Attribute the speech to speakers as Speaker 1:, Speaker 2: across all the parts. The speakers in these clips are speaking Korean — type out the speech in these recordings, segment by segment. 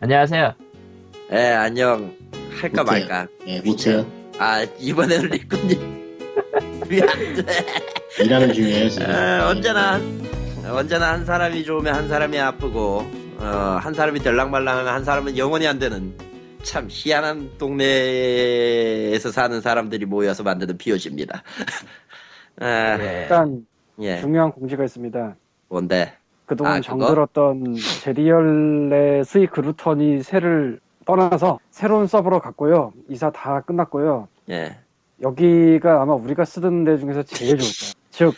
Speaker 1: 안녕하세요.
Speaker 2: 예, 안녕. 할까
Speaker 3: 못해요.
Speaker 2: 말까.
Speaker 3: 예, 못해요.
Speaker 2: 아, 이번에는 리코님. 미안.
Speaker 3: 일하는 중이에요, 지금.
Speaker 2: 에, 언제나, 언제나 한 사람이 좋으면 한 사람이 아프고, 어, 한 사람이 덜랑말랑한 한 사람은 영원히 안 되는 참 희한한 동네에서 사는 사람들이 모여서 만드는 피오지입니다. 아,
Speaker 1: 네.
Speaker 4: 일단
Speaker 2: 예,
Speaker 4: 중요한 공지가 있습니다.
Speaker 2: 뭔데.
Speaker 4: 그동안
Speaker 2: 아, 그거?
Speaker 4: 정들었던 제리얼의 스위크 루턴이 새를 떠나서 새로운 서버로 갔고요. 이사 다 끝났고요.
Speaker 2: 예.
Speaker 4: 여기가 아마 우리가 쓰던 데 중에서 제일 좋을 거예요. 즉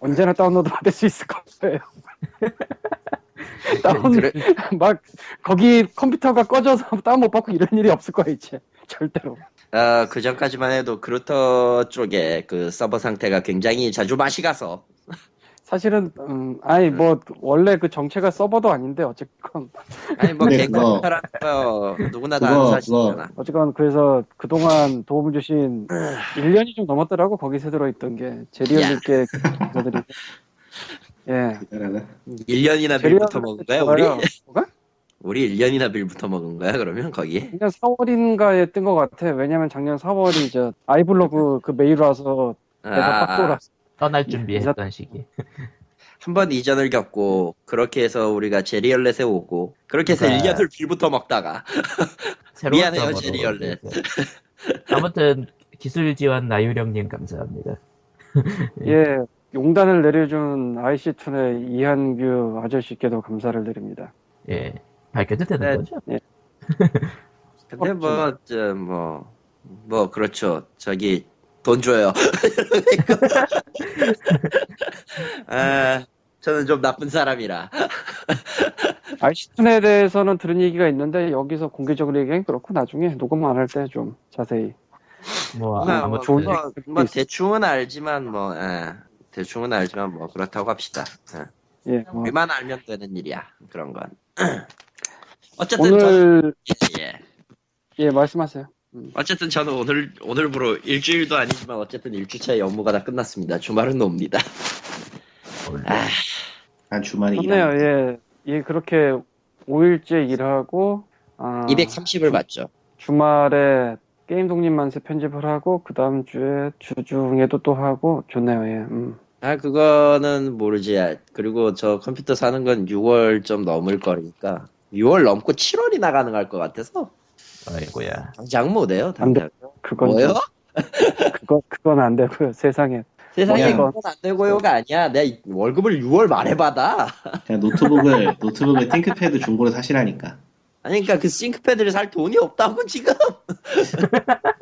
Speaker 4: 언제나 다운로드 받을 수 있을 거예요. 다운
Speaker 2: 그래,
Speaker 4: 막 거기 컴퓨터가 꺼져서 다운 못 받고 이런 일이 없을 거예요 이제 절대로.
Speaker 2: 어, 그 전까지만 해도 그루터 쪽에 그 서버 상태가 굉장히 자주 맛이 가서
Speaker 4: 사실은 음, 아니 뭐 원래 그 정체가 서버도 아닌데 어쨌건
Speaker 2: 아니 뭐
Speaker 3: 근데
Speaker 2: 개콘
Speaker 3: 네, 그거-
Speaker 2: 사람 뭐 누구나 다
Speaker 3: 그거-
Speaker 2: 아는
Speaker 3: 그거-
Speaker 2: 사실이잖아.
Speaker 4: 어쨌건 그래서 그동안 도움을 주신
Speaker 2: 네.
Speaker 4: 1년이 좀 넘었더라고 거기 새들어 있던 게 제리얼님께 감사드리고 예
Speaker 2: 1년이나 빌부터 먹은 거야 우리?
Speaker 4: 제리얼 뭐가?
Speaker 2: 우리 1년이나 빌부터 먹은 거야 그러면 거기?
Speaker 4: 작년 4월인가에 뜬 것 같아 왜냐면 작년 4월이 이제 아이블로그 그 메일 와서 내가 빡
Speaker 2: 아,
Speaker 4: 돌았어
Speaker 1: 떠날 준비했던 시기.
Speaker 2: 한 번 이전을 겪고 그렇게 해서 우리가 제리얼렛에 오고 그렇게 해서
Speaker 3: 네.
Speaker 1: 그러니까-
Speaker 2: 1년을 빌부터 먹다가
Speaker 1: 새로운
Speaker 2: 미안해요,
Speaker 1: 서버로
Speaker 2: 제리 얼렛.
Speaker 1: 이제. 예. 아무튼 기술 지원 나유령님 감사합니다.
Speaker 4: 예 용단을 내려준 IC툰의 이한규 아저씨께도 감사를 드립니다
Speaker 1: 예. 밝혀도 되는
Speaker 2: 네.
Speaker 1: 거죠?
Speaker 2: 근데
Speaker 4: 그렇죠.
Speaker 2: 뭐뭐 뭐, 뭐 그렇죠 저기 돈 줘요 아, 저는 좀 나쁜 사람이라
Speaker 4: IC툰에 대해서는 들은 얘기가 있는데 여기서 공개적으로 얘기하기 그렇고 나중에 녹음 안 할 때 좀 자세히
Speaker 1: 뭐
Speaker 2: 뭐,
Speaker 1: 아무튼
Speaker 2: 뭐, 뭐, 뭐 대충은 알지만 뭐 예, 대충은 알지만 뭐 그렇다고 합시다 예.
Speaker 4: 예, 뭐
Speaker 2: 우리만 알면 되는 일이야 그런 건 어쨌든 저는
Speaker 4: 오늘
Speaker 2: 예, 예.
Speaker 4: 예 말씀하세요
Speaker 2: 어쨌든 저는 오늘 오늘부로 일주일도 아니지만 어쨌든 일주차의 업무가 다 끝났습니다 주말은 놉니다
Speaker 3: 난 주말에 일하는
Speaker 4: 좋네요. 예. 예, 그렇게 5일째 일하고 아,
Speaker 2: 230을 받죠
Speaker 4: 주말에 게임 독립만세 편집을 하고 그 다음 주에 주중에도 또 하고 좋네요. 예. 음.
Speaker 2: 아 그거는 모르지 아, 그리고 저 컴퓨터 사는 건 6월 좀 넘을 거니까 6월 넘고 7월이나 가능할 것 같아서
Speaker 1: 아이고야.
Speaker 2: 당장 못해요 당장
Speaker 4: 그건
Speaker 2: 뭐요?
Speaker 4: 그건 그건 안 되고요. 세상에.
Speaker 2: 세상에
Speaker 3: 뭐야?
Speaker 2: 그건 안 되고요가 아니야 내가 이- 월급을 6월 말에 받아
Speaker 3: 그냥 노트북을 노트북을 띵크패드 중고로 사시라니까.
Speaker 2: 아니 그러니까 그 싱크패드를 살 돈이 없다고 지금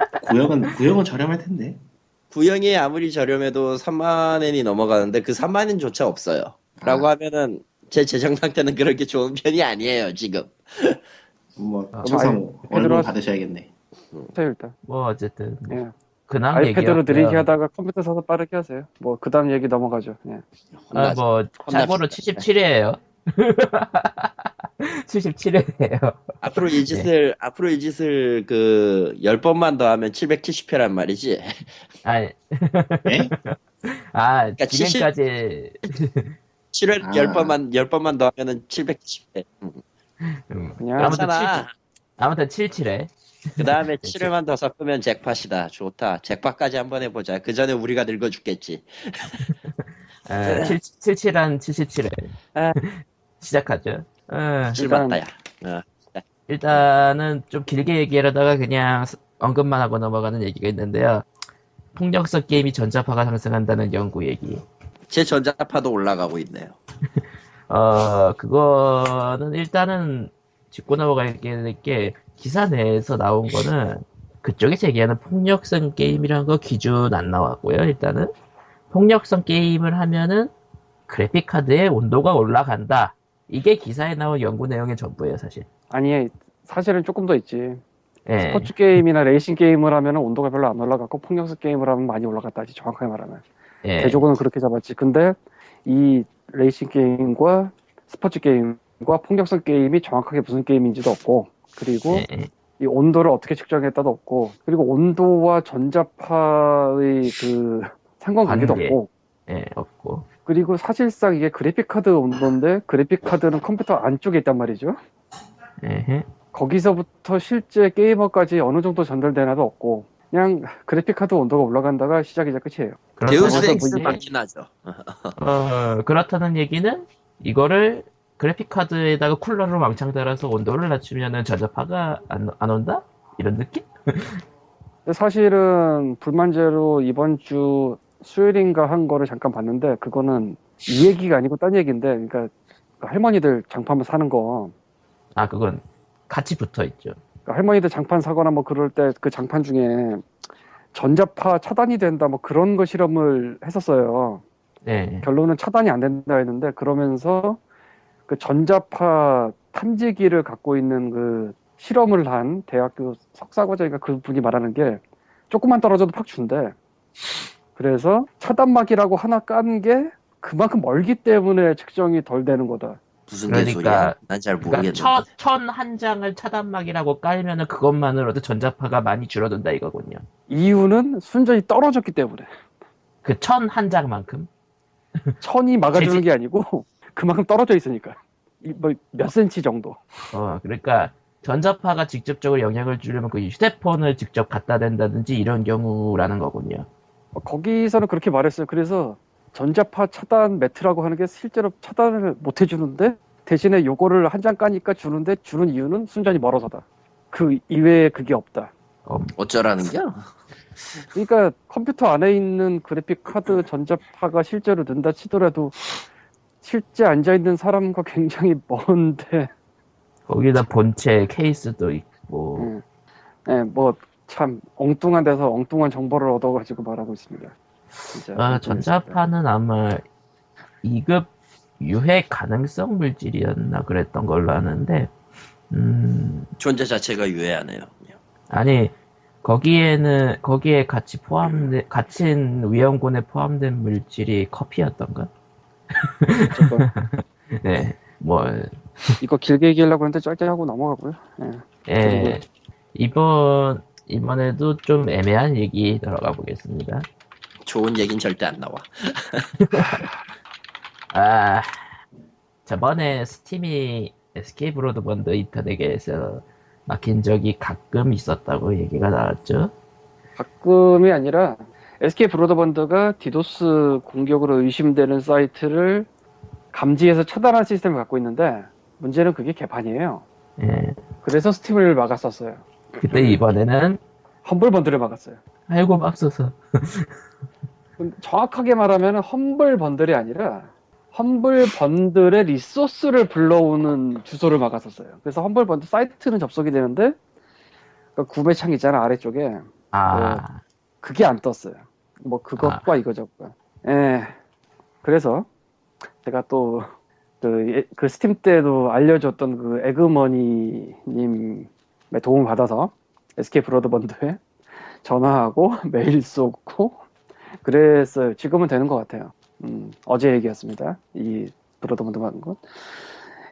Speaker 3: 구형은 구형은 저렴할 텐데.
Speaker 2: 구형이 아무리 저렴해도 3만엔이 넘어가는데 그 3만엔조차 없어요.
Speaker 3: 아,
Speaker 1: 아.
Speaker 2: 라고 하면은 제 재정 상태는 그렇게 좋은 편이 아니에요 지금.
Speaker 3: 뭐
Speaker 1: 아,
Speaker 4: 아이,
Speaker 3: 항상
Speaker 4: 패드로
Speaker 3: 얼굴
Speaker 4: 하-
Speaker 3: 받으셔야겠네.
Speaker 4: 자, 일단.
Speaker 1: 뭐 어쨌든 뭐
Speaker 4: 예.
Speaker 1: 근황
Speaker 4: 아이패드로
Speaker 1: 얘기였고요. 예.
Speaker 4: 느리게 하다가 컴퓨터 사서 빠르게 하세요. 뭐 그다음 얘기 넘어가죠. 예.
Speaker 1: 아,
Speaker 2: 혼나서.
Speaker 1: 뭐 참고로
Speaker 2: 혼납시다.
Speaker 1: 77회예요. 77회예요.
Speaker 2: 앞으로
Speaker 1: 네.
Speaker 2: 이 짓을 앞으로 이 짓을 그 10번만 더 하면 770회란 말이지.
Speaker 1: 아니,
Speaker 3: 예?
Speaker 1: 아
Speaker 2: 그러니까
Speaker 1: 지금까지
Speaker 2: 7회
Speaker 3: 아.
Speaker 2: 10번만 10번만 더 하면은 770회.
Speaker 1: 음,
Speaker 4: 그냥
Speaker 1: 아무튼
Speaker 2: 괜찮아.
Speaker 1: 아무튼 77회.
Speaker 2: 그다음에 7회만 더 섞으면 잭팟이다. 좋다. 잭팟까지 한번 해 보자. 그 전에 우리가 늙어 죽겠지.
Speaker 1: 아, 77한 77회.
Speaker 2: 아.
Speaker 1: 시작하죠. 아,
Speaker 2: 실
Speaker 4: 일단-
Speaker 2: 맞다야.
Speaker 1: 일단은 좀 길게 얘기하려다가 그냥 스- 언급만 하고 넘어가는 얘기가 있는데요. 폭력성 게임이 전자파가 상승한다는 연구 얘기.
Speaker 2: 제 전자파도 올라가고 있네요.
Speaker 1: 어, 그거는 일단은 짚고 넘어가야 될 게, 기사 내에서 나온 거는 그쪽에 제기하는 폭력성 게임이라는 거 기준 안 나왔고요, 일단은. 폭력성 게임을 하면은 그래픽카드의 온도가 올라간다. 이게 기사에 나온 연구 내용의 전부예요, 사실.
Speaker 4: 아니 사실은 조금 더 있지.
Speaker 1: 예.
Speaker 4: 스포츠 게임이나 레이싱 게임을 하면 온도가 별로 안 올라갔고 폭력성 게임을 하면 많이 올라갔다지 정확하게 말하면.
Speaker 1: 예.
Speaker 4: 대조군은 그렇게 잡았지. 근데 이 레이싱 게임과 스포츠 게임과 폭력성 게임이 정확하게 무슨 게임인지도 없고, 그리고
Speaker 1: 예.
Speaker 4: 이 온도를 어떻게 측정했다도 없고, 그리고 온도와 전자파의 그 상관관계도
Speaker 1: 관계.
Speaker 4: 없고,
Speaker 1: 예, 없고.
Speaker 4: 그리고 사실상 이게 그래픽 카드 온도인데 그래픽 카드는 컴퓨터 안쪽에 있단 말이죠.
Speaker 1: 에헤.
Speaker 4: 거기서부터 실제 게이머까지 어느 정도 전달되나도 없고 그냥 그래픽카드 온도가 올라간다가 시작이자 끝이에요.
Speaker 1: 그렇다고
Speaker 2: 데우스
Speaker 1: 해서
Speaker 2: 엑스
Speaker 1: 뭐 이게-
Speaker 2: 맞긴 하죠.
Speaker 1: 어, 그렇다는 얘기는 이거를 그래픽카드에다가 쿨러로 왕창 달아서 온도를 낮추면은 전자파가 안, 안 온다? 이런 느낌?
Speaker 4: 근데 사실은 불만제로 이번 주 수요일인가 한 거를 잠깐 봤는데 그거는 이 얘기가 아니고 딴 얘기인데 그러니까 그 할머니들 장판 사는 거
Speaker 1: 아, 그건 같이 붙어 있죠.
Speaker 4: 그러니까 할머니들 장판 사거나 뭐 그럴 때 그 장판 중에 전자파 차단이 된다 뭐 그런 거 실험을 했었어요.
Speaker 1: 네.
Speaker 4: 결론은 차단이 안 된다 했는데 그러면서 그 전자파 탐지기를 갖고 있는 그 실험을 한 대학교 석사과정인가 그 분이 말하는 게 조금만 떨어져도 팍 준대. 그래서 차단막이라고 하나 깐 게 그만큼 멀기 때문에 측정이 덜 되는 거다.
Speaker 2: 무슨
Speaker 1: 그러니까-
Speaker 2: 개소리야? 난 잘
Speaker 1: 그러니까
Speaker 2: 모르겠는데.
Speaker 1: 천 한 장을 차단막이라고 깔면은 그것만으로도 전자파가 많이 줄어든다 이거군요.
Speaker 4: 이유는 순전히 떨어졌기 때문에
Speaker 1: 그 천 한 장만큼?
Speaker 4: 천이 막아주는 게 아니고 그만큼 떨어져 있으니까 뭐몇 센치 정도.
Speaker 1: 어, 그러니까 전자파가 직접적으로 영향을 주려면 그 휴대폰을 직접 갖다 댄다든지 이런 경우라는 거군요.
Speaker 4: 어, 거기서는 그렇게 말했어요. 그래서 전자파 차단 매트라고 하는 게 실제로 차단을 못 해주는데 대신에 요거를 한 장 까니까 주는데 주는 이유는 순전히 멀어서다. 그 이외에 그게 없다.
Speaker 2: 어쩌라는 거야?
Speaker 4: 그러니까 컴퓨터 안에 있는 그래픽 카드 전자파가 실제로 는다 치더라도 실제 앉아 있는 사람과 굉장히 먼데,
Speaker 1: 거기다 본체 케이스도 있고
Speaker 4: 음, 예, 뭐참 엉뚱한 데서 엉뚱한 정보를 얻어가지고 말하고 있습니다. 진짜.
Speaker 1: 아, 전자파는 아마 2급 유해 가능성 물질이었나 그랬던 걸로 아는데, 음,
Speaker 2: 존재 자체가 유해하네요.
Speaker 1: 아니, 거기에는, 거기에 같이 포함된, 갇힌 위험군에 포함된 물질이 커피였던가?
Speaker 4: 어쨌건
Speaker 1: 네, 뭐,
Speaker 4: 이거 길게 얘기하려고 했는데 짧게 하고 넘어가고요. 예.
Speaker 1: 예, 이번, 이번에도 좀 애매한 얘기 들어가 보겠습니다.
Speaker 2: 좋은 얘긴 절대 안 나와.
Speaker 1: 아, 저번에 스팀이 에스케이프 로드 번드 인터넷에서 막힌 적이 가끔 있었다고 얘기가 나왔죠.
Speaker 4: 가끔이 아니라 SK 브로드밴드가 디도스 공격으로 의심되는 사이트를 감지해서 차단하는 시스템을 갖고 있는데 문제는 그게 개판이에요.
Speaker 1: 예.
Speaker 4: 그래서 스팀을 막았었어요.
Speaker 1: 그때
Speaker 4: 네.
Speaker 1: 이번에는
Speaker 4: 험블번드를 막았어요.
Speaker 1: 아이고 맙소서.
Speaker 4: 근데 정확하게 말하면 험블번들이 아니라 험블번들의 리소스를 불러오는 주소를 막았었어요. 그래서 험블번드 사이트는 접속이 되는데 그 구매창 있잖아 아래쪽에 네.
Speaker 1: 아,
Speaker 4: 그게 안 떴어요. 뭐 그것과 이거저거. 예. 그래서 제가 또 그, 예- 그 스팀 때도 알려줬던 그 에그머니님의 도움 받아서 SK 브로드밴드에 전화하고 메일 쏘고 그랬어요. 지금은 되는 것 같아요. 음, 어제 얘기였습니다. 이 브로드밴드 받은 건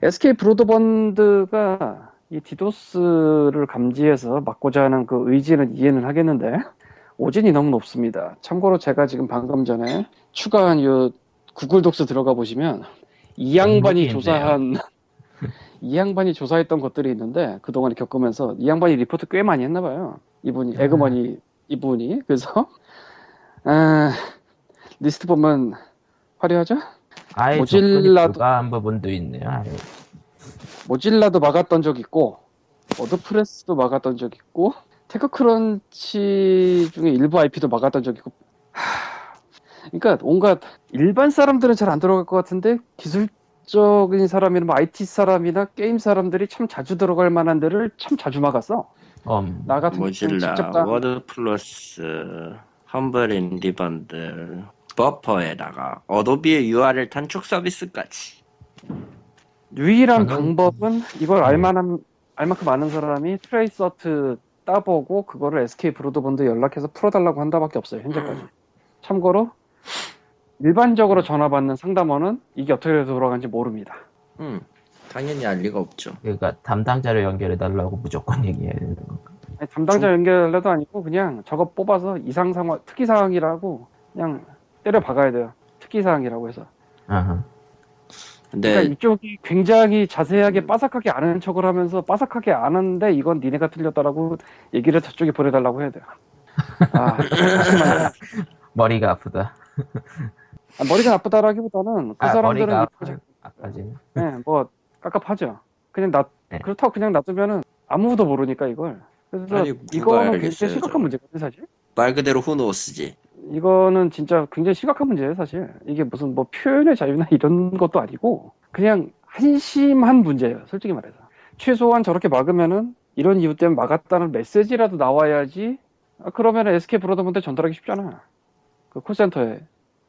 Speaker 4: SK 브로드밴드가 이 디도스를 감지해서 막고자 하는 그 의지는 이해는 하겠는데 오진이 너무 높습니다. 참고로 제가 지금 방금 전에 추가한 요 구글 독스 들어가 보시면 이 양반이
Speaker 1: 목록이
Speaker 4: 조사한 이 양반이 조사했던 것들이 있는데 그동안 겪으면서 이 양반이 리포트 꽤 많이 했나 봐요. 이분이 에그머니 이분이 그래서 아, 리스트 보면 화려하죠?
Speaker 1: 아예
Speaker 4: 모질라도-
Speaker 1: 접근이 불가한 부분도 있네요. 아예.
Speaker 4: 모질라도 막았던 적 있고 워드프레스도 막았던 적 있고 테크크런치 중에 일부 IP도 막았던 적 있고 하, 그러니까 온갖 일반 사람들은 잘 안 들어갈 것 같은데 기술적인 사람이나 뭐 IT 사람이나 게임 사람들이 참 자주 들어갈 만한 데를 참 자주 막았어
Speaker 1: 음,
Speaker 4: 나 같은 경우는 직접
Speaker 2: 모질라,
Speaker 4: 다
Speaker 2: 워드 플러스, 험블 인디번들, 버퍼에다가 어도비의 URL 단축 서비스까지.
Speaker 4: 유일한
Speaker 1: 저는-
Speaker 4: 방법은 이걸
Speaker 1: 네.
Speaker 4: 알만한 알만큼 많은 사람이 트레이서트 따보고 그거를 SK 브로드밴드 연락해서 풀어달라고 한다밖에 없어요 현재까지. 참고로 일반적으로 전화 받는 상담원은 이게 어떻게 돌아가는지 모릅니다.
Speaker 2: 음, 당연히 알 리가 없죠.
Speaker 1: 그러니까 담당자를 연결해 달라고 무조건 얘기해야 되는 거.
Speaker 4: 아니, 담당자 연결해도 아니고 그냥 저거 뽑아서 이상 상황 특이 사항이라고 그냥 때려 박아야 돼요. 특이 사항이라고 해서
Speaker 1: 아하.
Speaker 2: 근데
Speaker 4: 그러니까 이쪽이 굉장히
Speaker 1: 음.
Speaker 4: 자세하게 빠삭하게 아는 척을 하면서 빠삭하게 아는데 이건 니네가 틀렸다라고 얘기를 저쪽에 보내달라고 해야 돼요. 아, 잠시만요.
Speaker 1: 머리가 아프다.
Speaker 4: 아, 머리가 아프다라기보다는 그
Speaker 1: 아,
Speaker 4: 사람들은
Speaker 1: 머리가
Speaker 4: 이-
Speaker 1: 아프- 아까지.
Speaker 4: 네, 뭐 깝깝하죠. 그냥 놔
Speaker 1: 네.
Speaker 4: 그렇다고 그냥 놔두면은 아무도 모르니까 그러니까 이걸. 그래서
Speaker 2: 아니, 누가
Speaker 4: 이거는
Speaker 2: 알겠어요,
Speaker 4: 굉장히
Speaker 2: 저거.
Speaker 4: 심각한 문제거든요, 사실.
Speaker 2: 말 그대로 후노스지.
Speaker 4: 이거는 진짜 굉장히 심각한 문제예요, 사실. 이게 무슨 뭐 표현의 자유나 이런 것도 아니고 그냥 한심한 문제예요, 솔직히 말해서. 최소한 저렇게 막으면은 이런 이유 때문에 막았다는 메시지라도 나와야지. 아, 그러면 SK 브로드먼트에 전달하기 쉽잖아. 그 콜센터에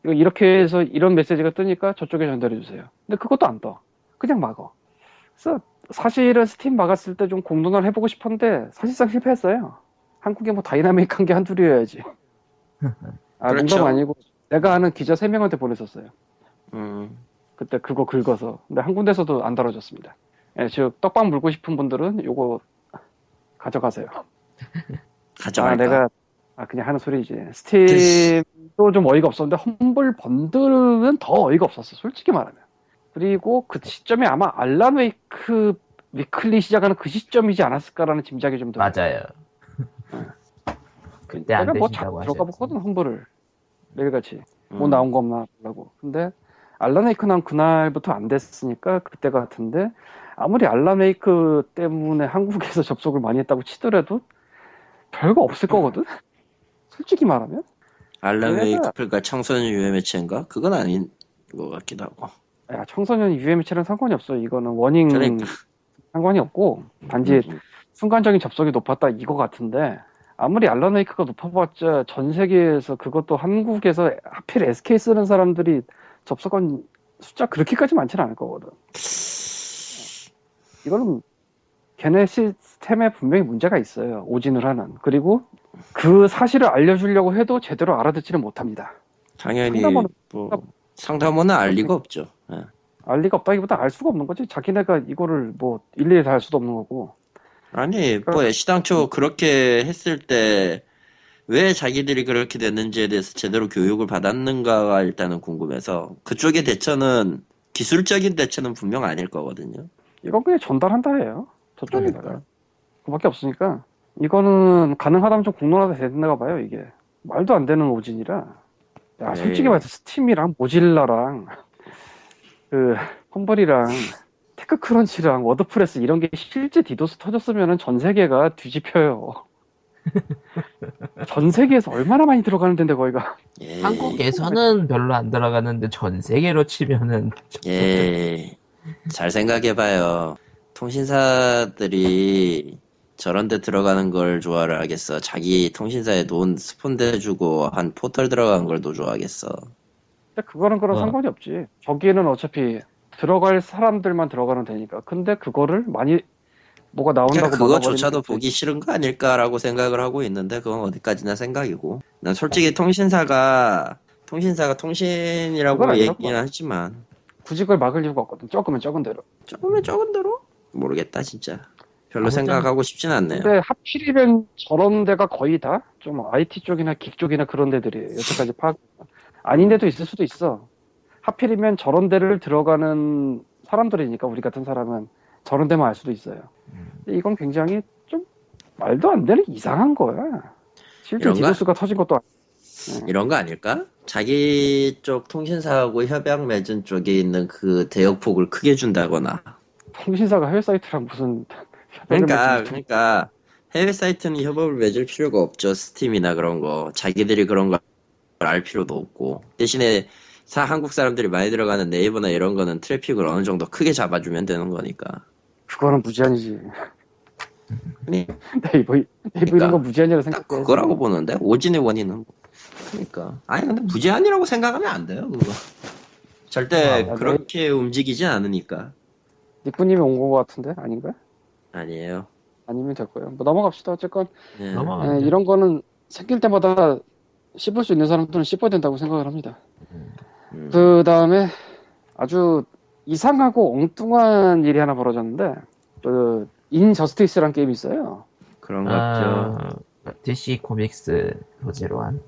Speaker 4: 이거 이렇게 해서 이런 메시지가 뜨니까 저쪽에 전달해 주세요. 근데 그것도 안 떠. 그냥 막어. 그래서 사실은 스팀 막았을 때 좀 공론화를 해보고 싶었는데 사실상 실패했어요. 한국에 뭐 다이나믹한 게 한둘이어야지. 아,
Speaker 2: 그렇죠.
Speaker 4: 농담 아니고 내가 아는 기자 3명한테 보냈었어요.
Speaker 2: 음.
Speaker 4: 그때 그거 긁어서. 근데 한 군데서도 안 다뤄졌습니다. 예, 즉 떡밥 물고 싶은 분들은 요거 가져가세요. 아,
Speaker 2: 가져갈까?
Speaker 4: 내가 아, 그냥 하는 소리지. 스팀도 좀 어이가 없었는데 험블 번들은 더 어이가 없었어. 솔직히 말하면. 그리고 그 시점이 아마 알란 웨이크 위클리 시작하는 그 시점이지 않았을까라는 짐작이 좀 들어요.
Speaker 1: 맞아요. 그때 안
Speaker 4: 내가 뭐
Speaker 1: 되신다고
Speaker 4: 자꾸
Speaker 1: 하죠.
Speaker 4: 들어가 보거든 험블을 매일같이
Speaker 2: 음.
Speaker 4: 뭐 나온 거 없나 보려고. 근데 알란 웨이크는 그날부터 안 됐으니까 그때 같은데 아무리 알란 웨이크 때문에 한국에서 접속을 많이 했다고 치더라도 별거 없을 거거든. 솔직히 말하면.
Speaker 2: 알람
Speaker 4: 내가-
Speaker 2: 웨이크필과 청소년 유해 매체인가? 그건 아닌 것 같기도 하고.
Speaker 4: 야, 청소년 UMC랑 상관이 없어. 이거는 워닝
Speaker 2: 그러니까.
Speaker 4: 상관이 없고 단지
Speaker 2: 음,
Speaker 4: 순간적인 접속이 높았다 이거 같은데 아무리 알런 웨이크가 높아봤자 전 세계에서 그것도 한국에서 하필 SK 쓰는 사람들이 접속한 숫자 그렇게까지 많지는 않을 거거든. 이거는 걔네 시스템에 분명히 문제가 있어요. 오진을 하는. 그리고 그 사실을 알려주려고 해도 제대로 알아듣지는 못합니다.
Speaker 2: 당연히
Speaker 4: 상담원은-
Speaker 2: 뭐 상담원은 알 리가 없죠. 예.
Speaker 4: 알 리가 없다기보다 알 수가 없는 거지. 자기네가 이거를 뭐 일일이 다 알 수도 없는 거고.
Speaker 2: 아니 뭐 애시당초 그렇게 했을 때 왜 자기들이 그렇게 됐는지에 대해서 제대로 교육을 받았는가가 일단은 궁금해서 그쪽의 대처는 기술적인 대처는 분명 아닐 거거든요.
Speaker 4: 이건 그냥 전달한다 해요. 저쪽에다가.
Speaker 2: 그러니까.
Speaker 4: 그밖에 없으니까. 이거는 가능하다면 좀 공론화가 된다가 봐요, 이게. 말도 안 되는 오진이라. 야, 솔직히
Speaker 2: 에이.
Speaker 4: 말해서 스팀이랑 모질라랑, 그, 험블이랑, 테크크런치랑 워드프레스 이런 게 실제 디도스 터졌으면 전 세계가 뒤집혀요. 전 세계에서 얼마나 많이 들어가는 데인데, 거기가.
Speaker 2: 예.
Speaker 1: 한국에서는 별로 안 들어가는데 전 세계로 치면은
Speaker 2: 예. 잘 생각해봐요. 통신사들이 저런 데 들어가는 걸 좋아를 하겠어. 자기 통신사에 돈 스폰 대주고 한 포털 들어간 걸 더 좋아하겠어.
Speaker 4: 근데 그거는 그런
Speaker 1: 어.
Speaker 4: 상관이 없지. 저기에는 어차피 들어갈 사람들만 들어가면 되니까. 근데 그거를 많이 뭐가 나온다고
Speaker 2: 그냥 그러니까 그거조차도
Speaker 4: 막아버리는 게
Speaker 2: 보기 싫은 거 아닐까라고 생각을 하고 있는데 그건 어디까지나 생각이고. 난
Speaker 4: 어.
Speaker 2: 솔직히 통신사가 통신사가
Speaker 4: 그건
Speaker 2: 통신이라고
Speaker 4: 아니라고
Speaker 2: 얘기는 하지만
Speaker 4: 굳이 그걸 막을 이유가 없거든. 조금은 적은 대로.
Speaker 2: 조금은 적은 대로 모르겠다 진짜. 별로
Speaker 1: 아무튼-
Speaker 2: 생각하고 싶진 않네요.
Speaker 4: 근데 하필이면 저런 데가 거의 다 좀 IT 쪽이나 긱 쪽이나 그런 데들이 여태까지 파악 아닌 데도 있을 수도 있어. 하필이면 저런 데를 들어가는 사람들이니까 우리 같은 사람은 저런 데만 알 수도 있어요.
Speaker 2: 음.
Speaker 4: 근데 이건 굉장히 좀 말도 안 되는 이상한 거야. 실제
Speaker 2: 이런가?
Speaker 4: 디도스가 터진 것도
Speaker 2: 이런 거 아닐까? 자기 쪽 통신사하고 협약 맺은 쪽에 있는 그 대역폭을 크게 준다거나.
Speaker 4: 통신사가 해외 사이트랑 무슨
Speaker 2: 그러니까, 그러니까 해외 사이트는 협업을 맺을 필요가 없죠. 스팀이나 그런 거. 자기들이 그런 걸 알 필요도 없고. 대신에 사, 한국 사람들이 많이 들어가는 네이버나 이런 거는 트래픽을 어느 정도 크게 잡아주면 되는 거니까.
Speaker 4: 그거는 무제한이지
Speaker 2: 아니,
Speaker 4: 네이버 네이버
Speaker 2: 음. 그러니까.
Speaker 4: 이런 거 무제한이라고 생각해
Speaker 2: 딱 그거라고 보는데, 오진의 원인은. 뭐. 그러니까. 아니, 근데 부재한이라고 생각하면 안 돼요, 그거. 절대
Speaker 4: 아,
Speaker 2: 그렇게 움직이진 않으니까.
Speaker 4: 니꾸님이 온 거 같은데 아닌가?
Speaker 2: 아니에요.
Speaker 4: 아니면 될 거예요. 뭐 넘어갑시다. 어쨌건
Speaker 2: 예.
Speaker 4: 예,
Speaker 1: 넘어가.
Speaker 4: 이런 거는 생길 때마다 씹을 수 있는 사람들은 씹어야 된다고 생각을 합니다.
Speaker 2: 음.
Speaker 4: 그 다음에 아주 이상하고 엉뚱한 일이 하나 벌어졌는데 그 인저스티스라는 게임이 있어요.
Speaker 2: 그런 거죠.
Speaker 1: 아, DC 코믹스 소재로 한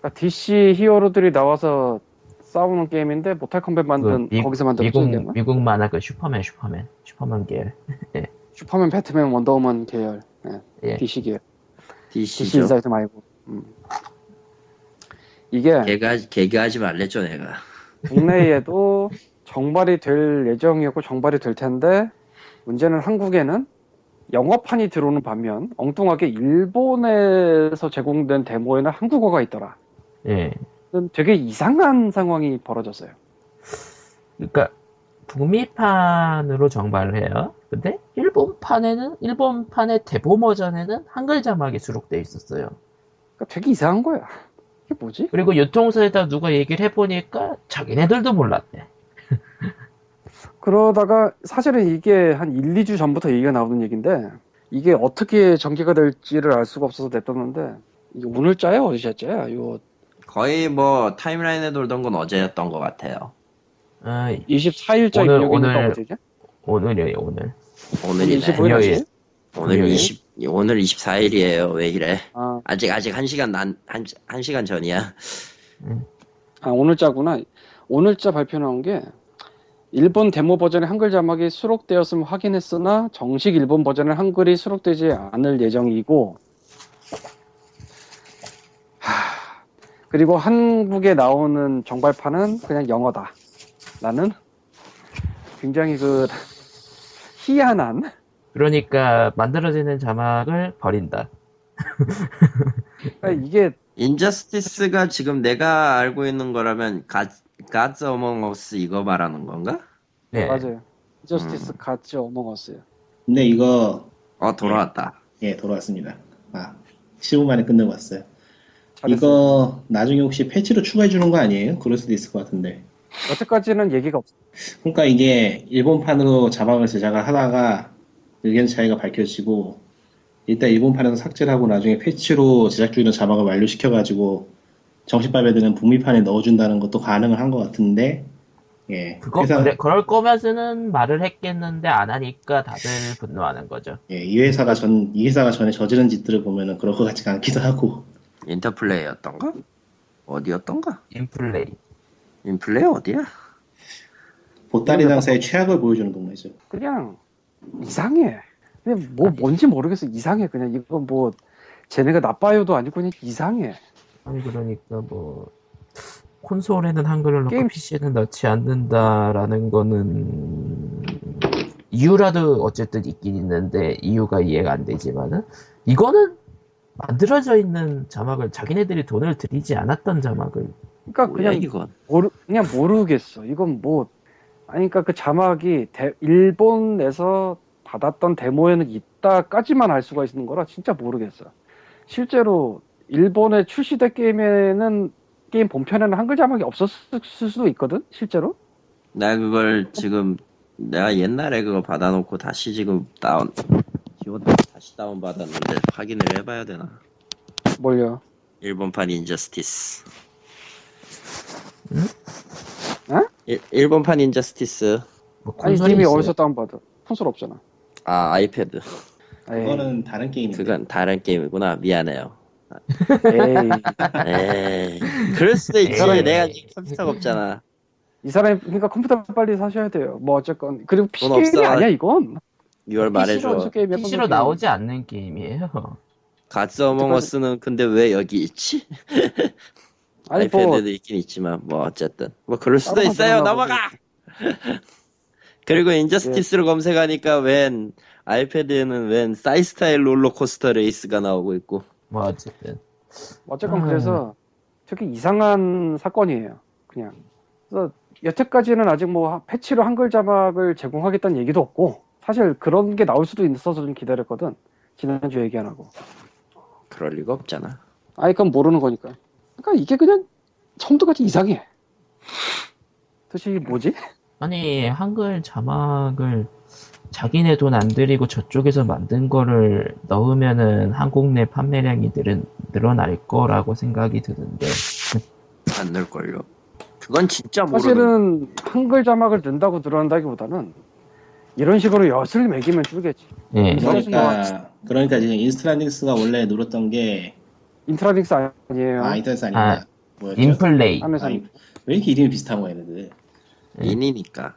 Speaker 4: 그러니까 DC 히어로들이 나와서 싸우는 게임인데 모탈 컴뱃 만든
Speaker 1: 그 미-
Speaker 4: 거기서 만든
Speaker 1: 미국 미국 만화 그 슈퍼맨 슈퍼맨 슈퍼맨 게
Speaker 4: 슈퍼맨, 배트맨, 원더우먼 계열 네.
Speaker 1: 예.
Speaker 4: DC 계열 DC
Speaker 2: DC죠.
Speaker 4: 인사이트 말고 음. 이게
Speaker 2: 개가 개그하지 말랬죠 내가.
Speaker 4: 국내에도 정발이 될 예정이었고 정발이 될 텐데 문제는 한국에는 영어판이 들어오는 반면 엉뚱하게 일본에서 제공된 데모에는 한국어가 있더라.
Speaker 1: 예.
Speaker 4: 그건 되게 이상한 상황이 벌어졌어요.
Speaker 1: 그러니까 북미판으로 정발을 해요. 근데 일본판에는 일본판의 대보머전에는 한글 자막이 수록돼 있었어요.
Speaker 4: 그러니까 되게 이상한 거야. 이게 뭐지?
Speaker 1: 그리고 유통사에다 누가 얘기를 해보니까 자기네들도 몰랐대.
Speaker 4: 그러다가 사실은 이게 한 1, 2주 전부터 얘기가 나오는 얘기인데 이게 어떻게 전개가 될지를 알 수가 없어서 냈었는데 이게 오늘자야 어제자야 이거
Speaker 2: 거의 뭐 타임라인에 돌던 건 어제였던 것 같아요.
Speaker 1: 아,
Speaker 4: 24일자
Speaker 1: 오늘,
Speaker 4: 입력이
Speaker 1: 오늘-
Speaker 4: 있는 거지?
Speaker 1: 오늘이에요 오늘.
Speaker 2: 오늘이네.
Speaker 4: 25일
Speaker 1: 금요일.
Speaker 4: 다시?
Speaker 2: 오늘
Speaker 1: 금요일.
Speaker 2: 20 오늘 24일이에요. 왜 이래?
Speaker 4: 아,
Speaker 2: 아직 아직 한 시간 난한한 시간 전이야.
Speaker 4: 아, 오늘자구나. 오늘자 발표 나온 게 일본 데모 버전의 한글 자막이 수록되었음 확인했으나 정식 일본 버전의 한글이 수록되지 않을 예정이고 하, 그리고 한국에 나오는 정발판은 그냥 영어다. 라는 굉장히 그 희한한
Speaker 1: 그러니까 만들어지는 자막을 버린다.
Speaker 4: 그러니까
Speaker 3: 네.
Speaker 4: 이게
Speaker 2: 인저스티스가 지금 내가 알고 있는 거라면 가 가즈 어몽 어스 이거 말하는 건가?
Speaker 1: 네.
Speaker 4: 맞아요.
Speaker 3: 음.
Speaker 4: 저스티스 같이 어먹었어요.
Speaker 3: 근데 이거
Speaker 2: 어 돌아왔다.
Speaker 3: 예 돌아왔습니다. 아 15분 만에 끝내고 왔어요.
Speaker 4: 잘했어요.
Speaker 3: 이거 나중에 혹시 패치로 추가해 주는 거 아니에요? 그럴 수도 있을 것 같은데.
Speaker 4: 여태까지는 얘기가 없어요.
Speaker 3: 그러니까 이게 일본판으로 자막을 제작을 하다가 의견 차이가 밝혀지고 일단 일본판에서 삭제를 하고 나중에 패치로 제작 중인 자막을 완료시켜가지고 정식밥에 드는 북미판에 넣어준다는 것도 가능을 한 것 같은데 예
Speaker 1: 그거
Speaker 3: 회사-
Speaker 1: 그래, 그럴 거면서는 말을 했겠는데 안 하니까 다들 분노하는 거죠.
Speaker 3: 예, 이 회사가 전 이 회사가 전에 저지른 짓들을 보면은 그럴 것 같지가 않기도 하고
Speaker 2: 네. 인터플레이였던가? 어디였던가?
Speaker 1: 인플레이.
Speaker 2: 인플레이 어디야?
Speaker 3: 보따리
Speaker 1: 그러니까
Speaker 3: 당사의 최악을 보여주는 동네죠.
Speaker 4: 그냥 이상해. 그냥 뭐 뭔지 모르겠어. 이상해. 그냥 이건 뭐 쟤네가 나빠요도 아니고 그냥 이상해.
Speaker 1: 아니 그러니까 뭐 콘솔에는 한글을 넣고
Speaker 4: 게임-
Speaker 1: PC에는 넣지 않는다라는 거는 이유라도 어쨌든 있긴 있는데 이유가 이해가 안 되지만은 이거는 만들어져 있는 자막을 자기네들이 돈을 들이지 않았던 자막을
Speaker 4: 그러니까
Speaker 2: 뭐야
Speaker 4: 그냥
Speaker 2: 이건?
Speaker 4: 모르 그냥 모르겠어. 이건 뭐 아니 그러니까 그 자막이 대- 일본에서 받았던 데모에는 있다까지만 알 수가 있는 거라 진짜 모르겠어. 실제로 일본에 출시된 게임에는 게임 본편에는 한글 자막이 없었을 수도 있거든. 실제로.
Speaker 2: 나 그걸 지금 내가 옛날에 그거 받아놓고 다시 지금 다운 기원 다시 다운 받았는데 확인을 해봐야 되나?
Speaker 4: 뭘요?
Speaker 2: 일본판 인저스티스.
Speaker 1: 응?
Speaker 4: 어?
Speaker 2: 일, 일본판 인저스티스.
Speaker 1: 뭐
Speaker 4: 아니
Speaker 1: 콘솔이
Speaker 4: 님이
Speaker 1: 있어요.
Speaker 4: 어디서 다운받아? 콘솔 없잖아.
Speaker 2: 아 아이패드.
Speaker 1: 네.
Speaker 4: 에이.
Speaker 3: 그거는 다른 게임인데.
Speaker 2: 그건 다른 게임이구나. 미안해요.
Speaker 4: 에이.
Speaker 2: 에이. 그럴 수도 있지.
Speaker 1: 에이.
Speaker 2: 내가 지금 컴퓨터가 없잖아.
Speaker 4: 이 사람이 그러니까 컴퓨터 빨리 사셔야 돼요. 뭐 어쨌건 그리고 PC
Speaker 2: 돈 없어.
Speaker 4: 게임이 아니야 이건.
Speaker 2: 6월 말해줘.
Speaker 4: 게임이야.
Speaker 1: PC로 나오지 않는 게임이에요.
Speaker 2: 가스 어몽어스는 근데 왜 여기 있지?
Speaker 4: 아니
Speaker 2: 아이패드도
Speaker 4: 뭐
Speaker 2: 있긴 있지만 뭐 어쨌든 뭐 그럴 수도
Speaker 4: 따로
Speaker 2: 있어요.
Speaker 4: 만들었나
Speaker 2: 넘어가. 그리고 인저스티스를
Speaker 1: 예.
Speaker 2: 검색하니까 웬 아이패드에는 웬 사이스타일 롤러코스터 레이스가 나오고 있고
Speaker 1: 뭐 어쨌든
Speaker 4: 어쨌건
Speaker 1: 아.
Speaker 4: 그래서 되게 이상한 사건이에요. 그냥. 그래서 여태까지는 아직 뭐 하- 패치로 한글 자막을 제공하겠다는 얘기도 없고 사실 그런 게 나올 수도 있어서 좀 기다렸거든. 지난주 얘기 안 하고.
Speaker 2: 그럴 리가 없잖아.
Speaker 4: 아이 건 모르는 거니까. 그러니까 이게 그냥 처음부터까지 이상해. 도대체 이게 뭐지?
Speaker 1: 아니 한글 자막을 자기네 돈 안 들이고 저쪽에서 만든 거를 넣으면은 한국 내 판매량이 늘은, 늘어날 거라고 생각이 드는데
Speaker 2: 안 넣을걸요. 그건 진짜 모르는
Speaker 4: 사실은 한글 자막을 넣는다고 늘어난다기보다는 이런 식으로 엿을 매기면 줄겠지.
Speaker 1: 예
Speaker 3: 그러니까 그러니까 지금 인스트라닉스가 원래 누렸던 게
Speaker 4: 인트라닉스 아니에요.
Speaker 3: 아, 인터넷 아닙니다. 뭐였죠?
Speaker 1: 인플레이
Speaker 4: 하면서
Speaker 3: 아니, 왜 이렇게 이름이 비슷한 거야 얘네들
Speaker 1: 예.
Speaker 2: 인이니까.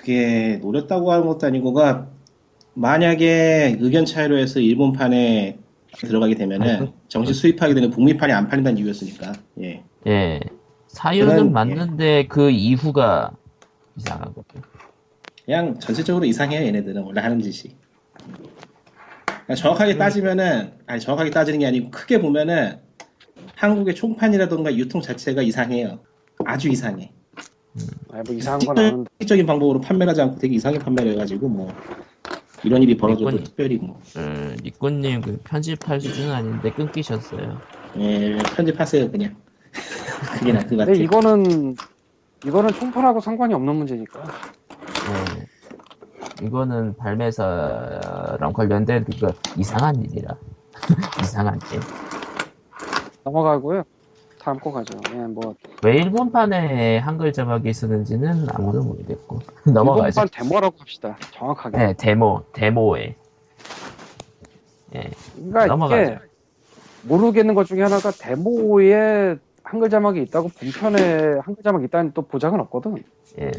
Speaker 3: 그게 노렸다고 하는 것도 아니고가 만약에 의견 차이로 해서 일본판에 들어가게
Speaker 4: 아, 네.
Speaker 3: 되면은 정식 수입하게 되는 북미판이 안 팔린다는 이유였으니까 예
Speaker 1: 예. 사유는
Speaker 3: 그런-
Speaker 1: 맞는데 그 이후가 이상한 거죠.
Speaker 3: 그냥 전체적으로 이상해요 얘네들은 원래 하는 짓이 그러니까
Speaker 4: 음.
Speaker 3: 정확하게 따지면은 아니 정확하게 따지는 게 아니고 크게 보면은 한국의 총판이라던가 유통 자체가 이상해요 아주 이상해
Speaker 4: 아니, 뭐 이상한 건 아는데.
Speaker 3: 특징적인 방법으로 판매하지 않고 되게 이상하게 판매를 해가지고 뭐 이런 일이
Speaker 4: 네,
Speaker 3: 벌어져도
Speaker 1: 이건-
Speaker 3: 특별히 뭐
Speaker 1: 음, 니꼬님 그 편집할 수준은 아닌데 끊기셨어요.
Speaker 3: 예, 편집하세요 그냥. 그게 나그 같아.
Speaker 4: 근데 이거는 이거는 총판하고 상관이 없는 문제니까.
Speaker 1: 예. 이거는 발매사랑 관련된 그 이상한 일이라. 이상한 일.
Speaker 4: 넘어가고요. 다음 거 가죠. 예, 뭐
Speaker 1: 왜 일본판에 한글 자막이 쓰는지는 아무도 모르겠고 넘어가죠.
Speaker 4: 일본판 데모라고 합시다. 정확하게.
Speaker 1: 네 데모 데모에
Speaker 4: 그러니까
Speaker 1: 넘어가죠.
Speaker 4: 이게 모르겠는 것 중에 하나가 데모에 한글 자막이 있다고 본편에 한글 자막이 있다는 또 보장은 없거든.
Speaker 1: 예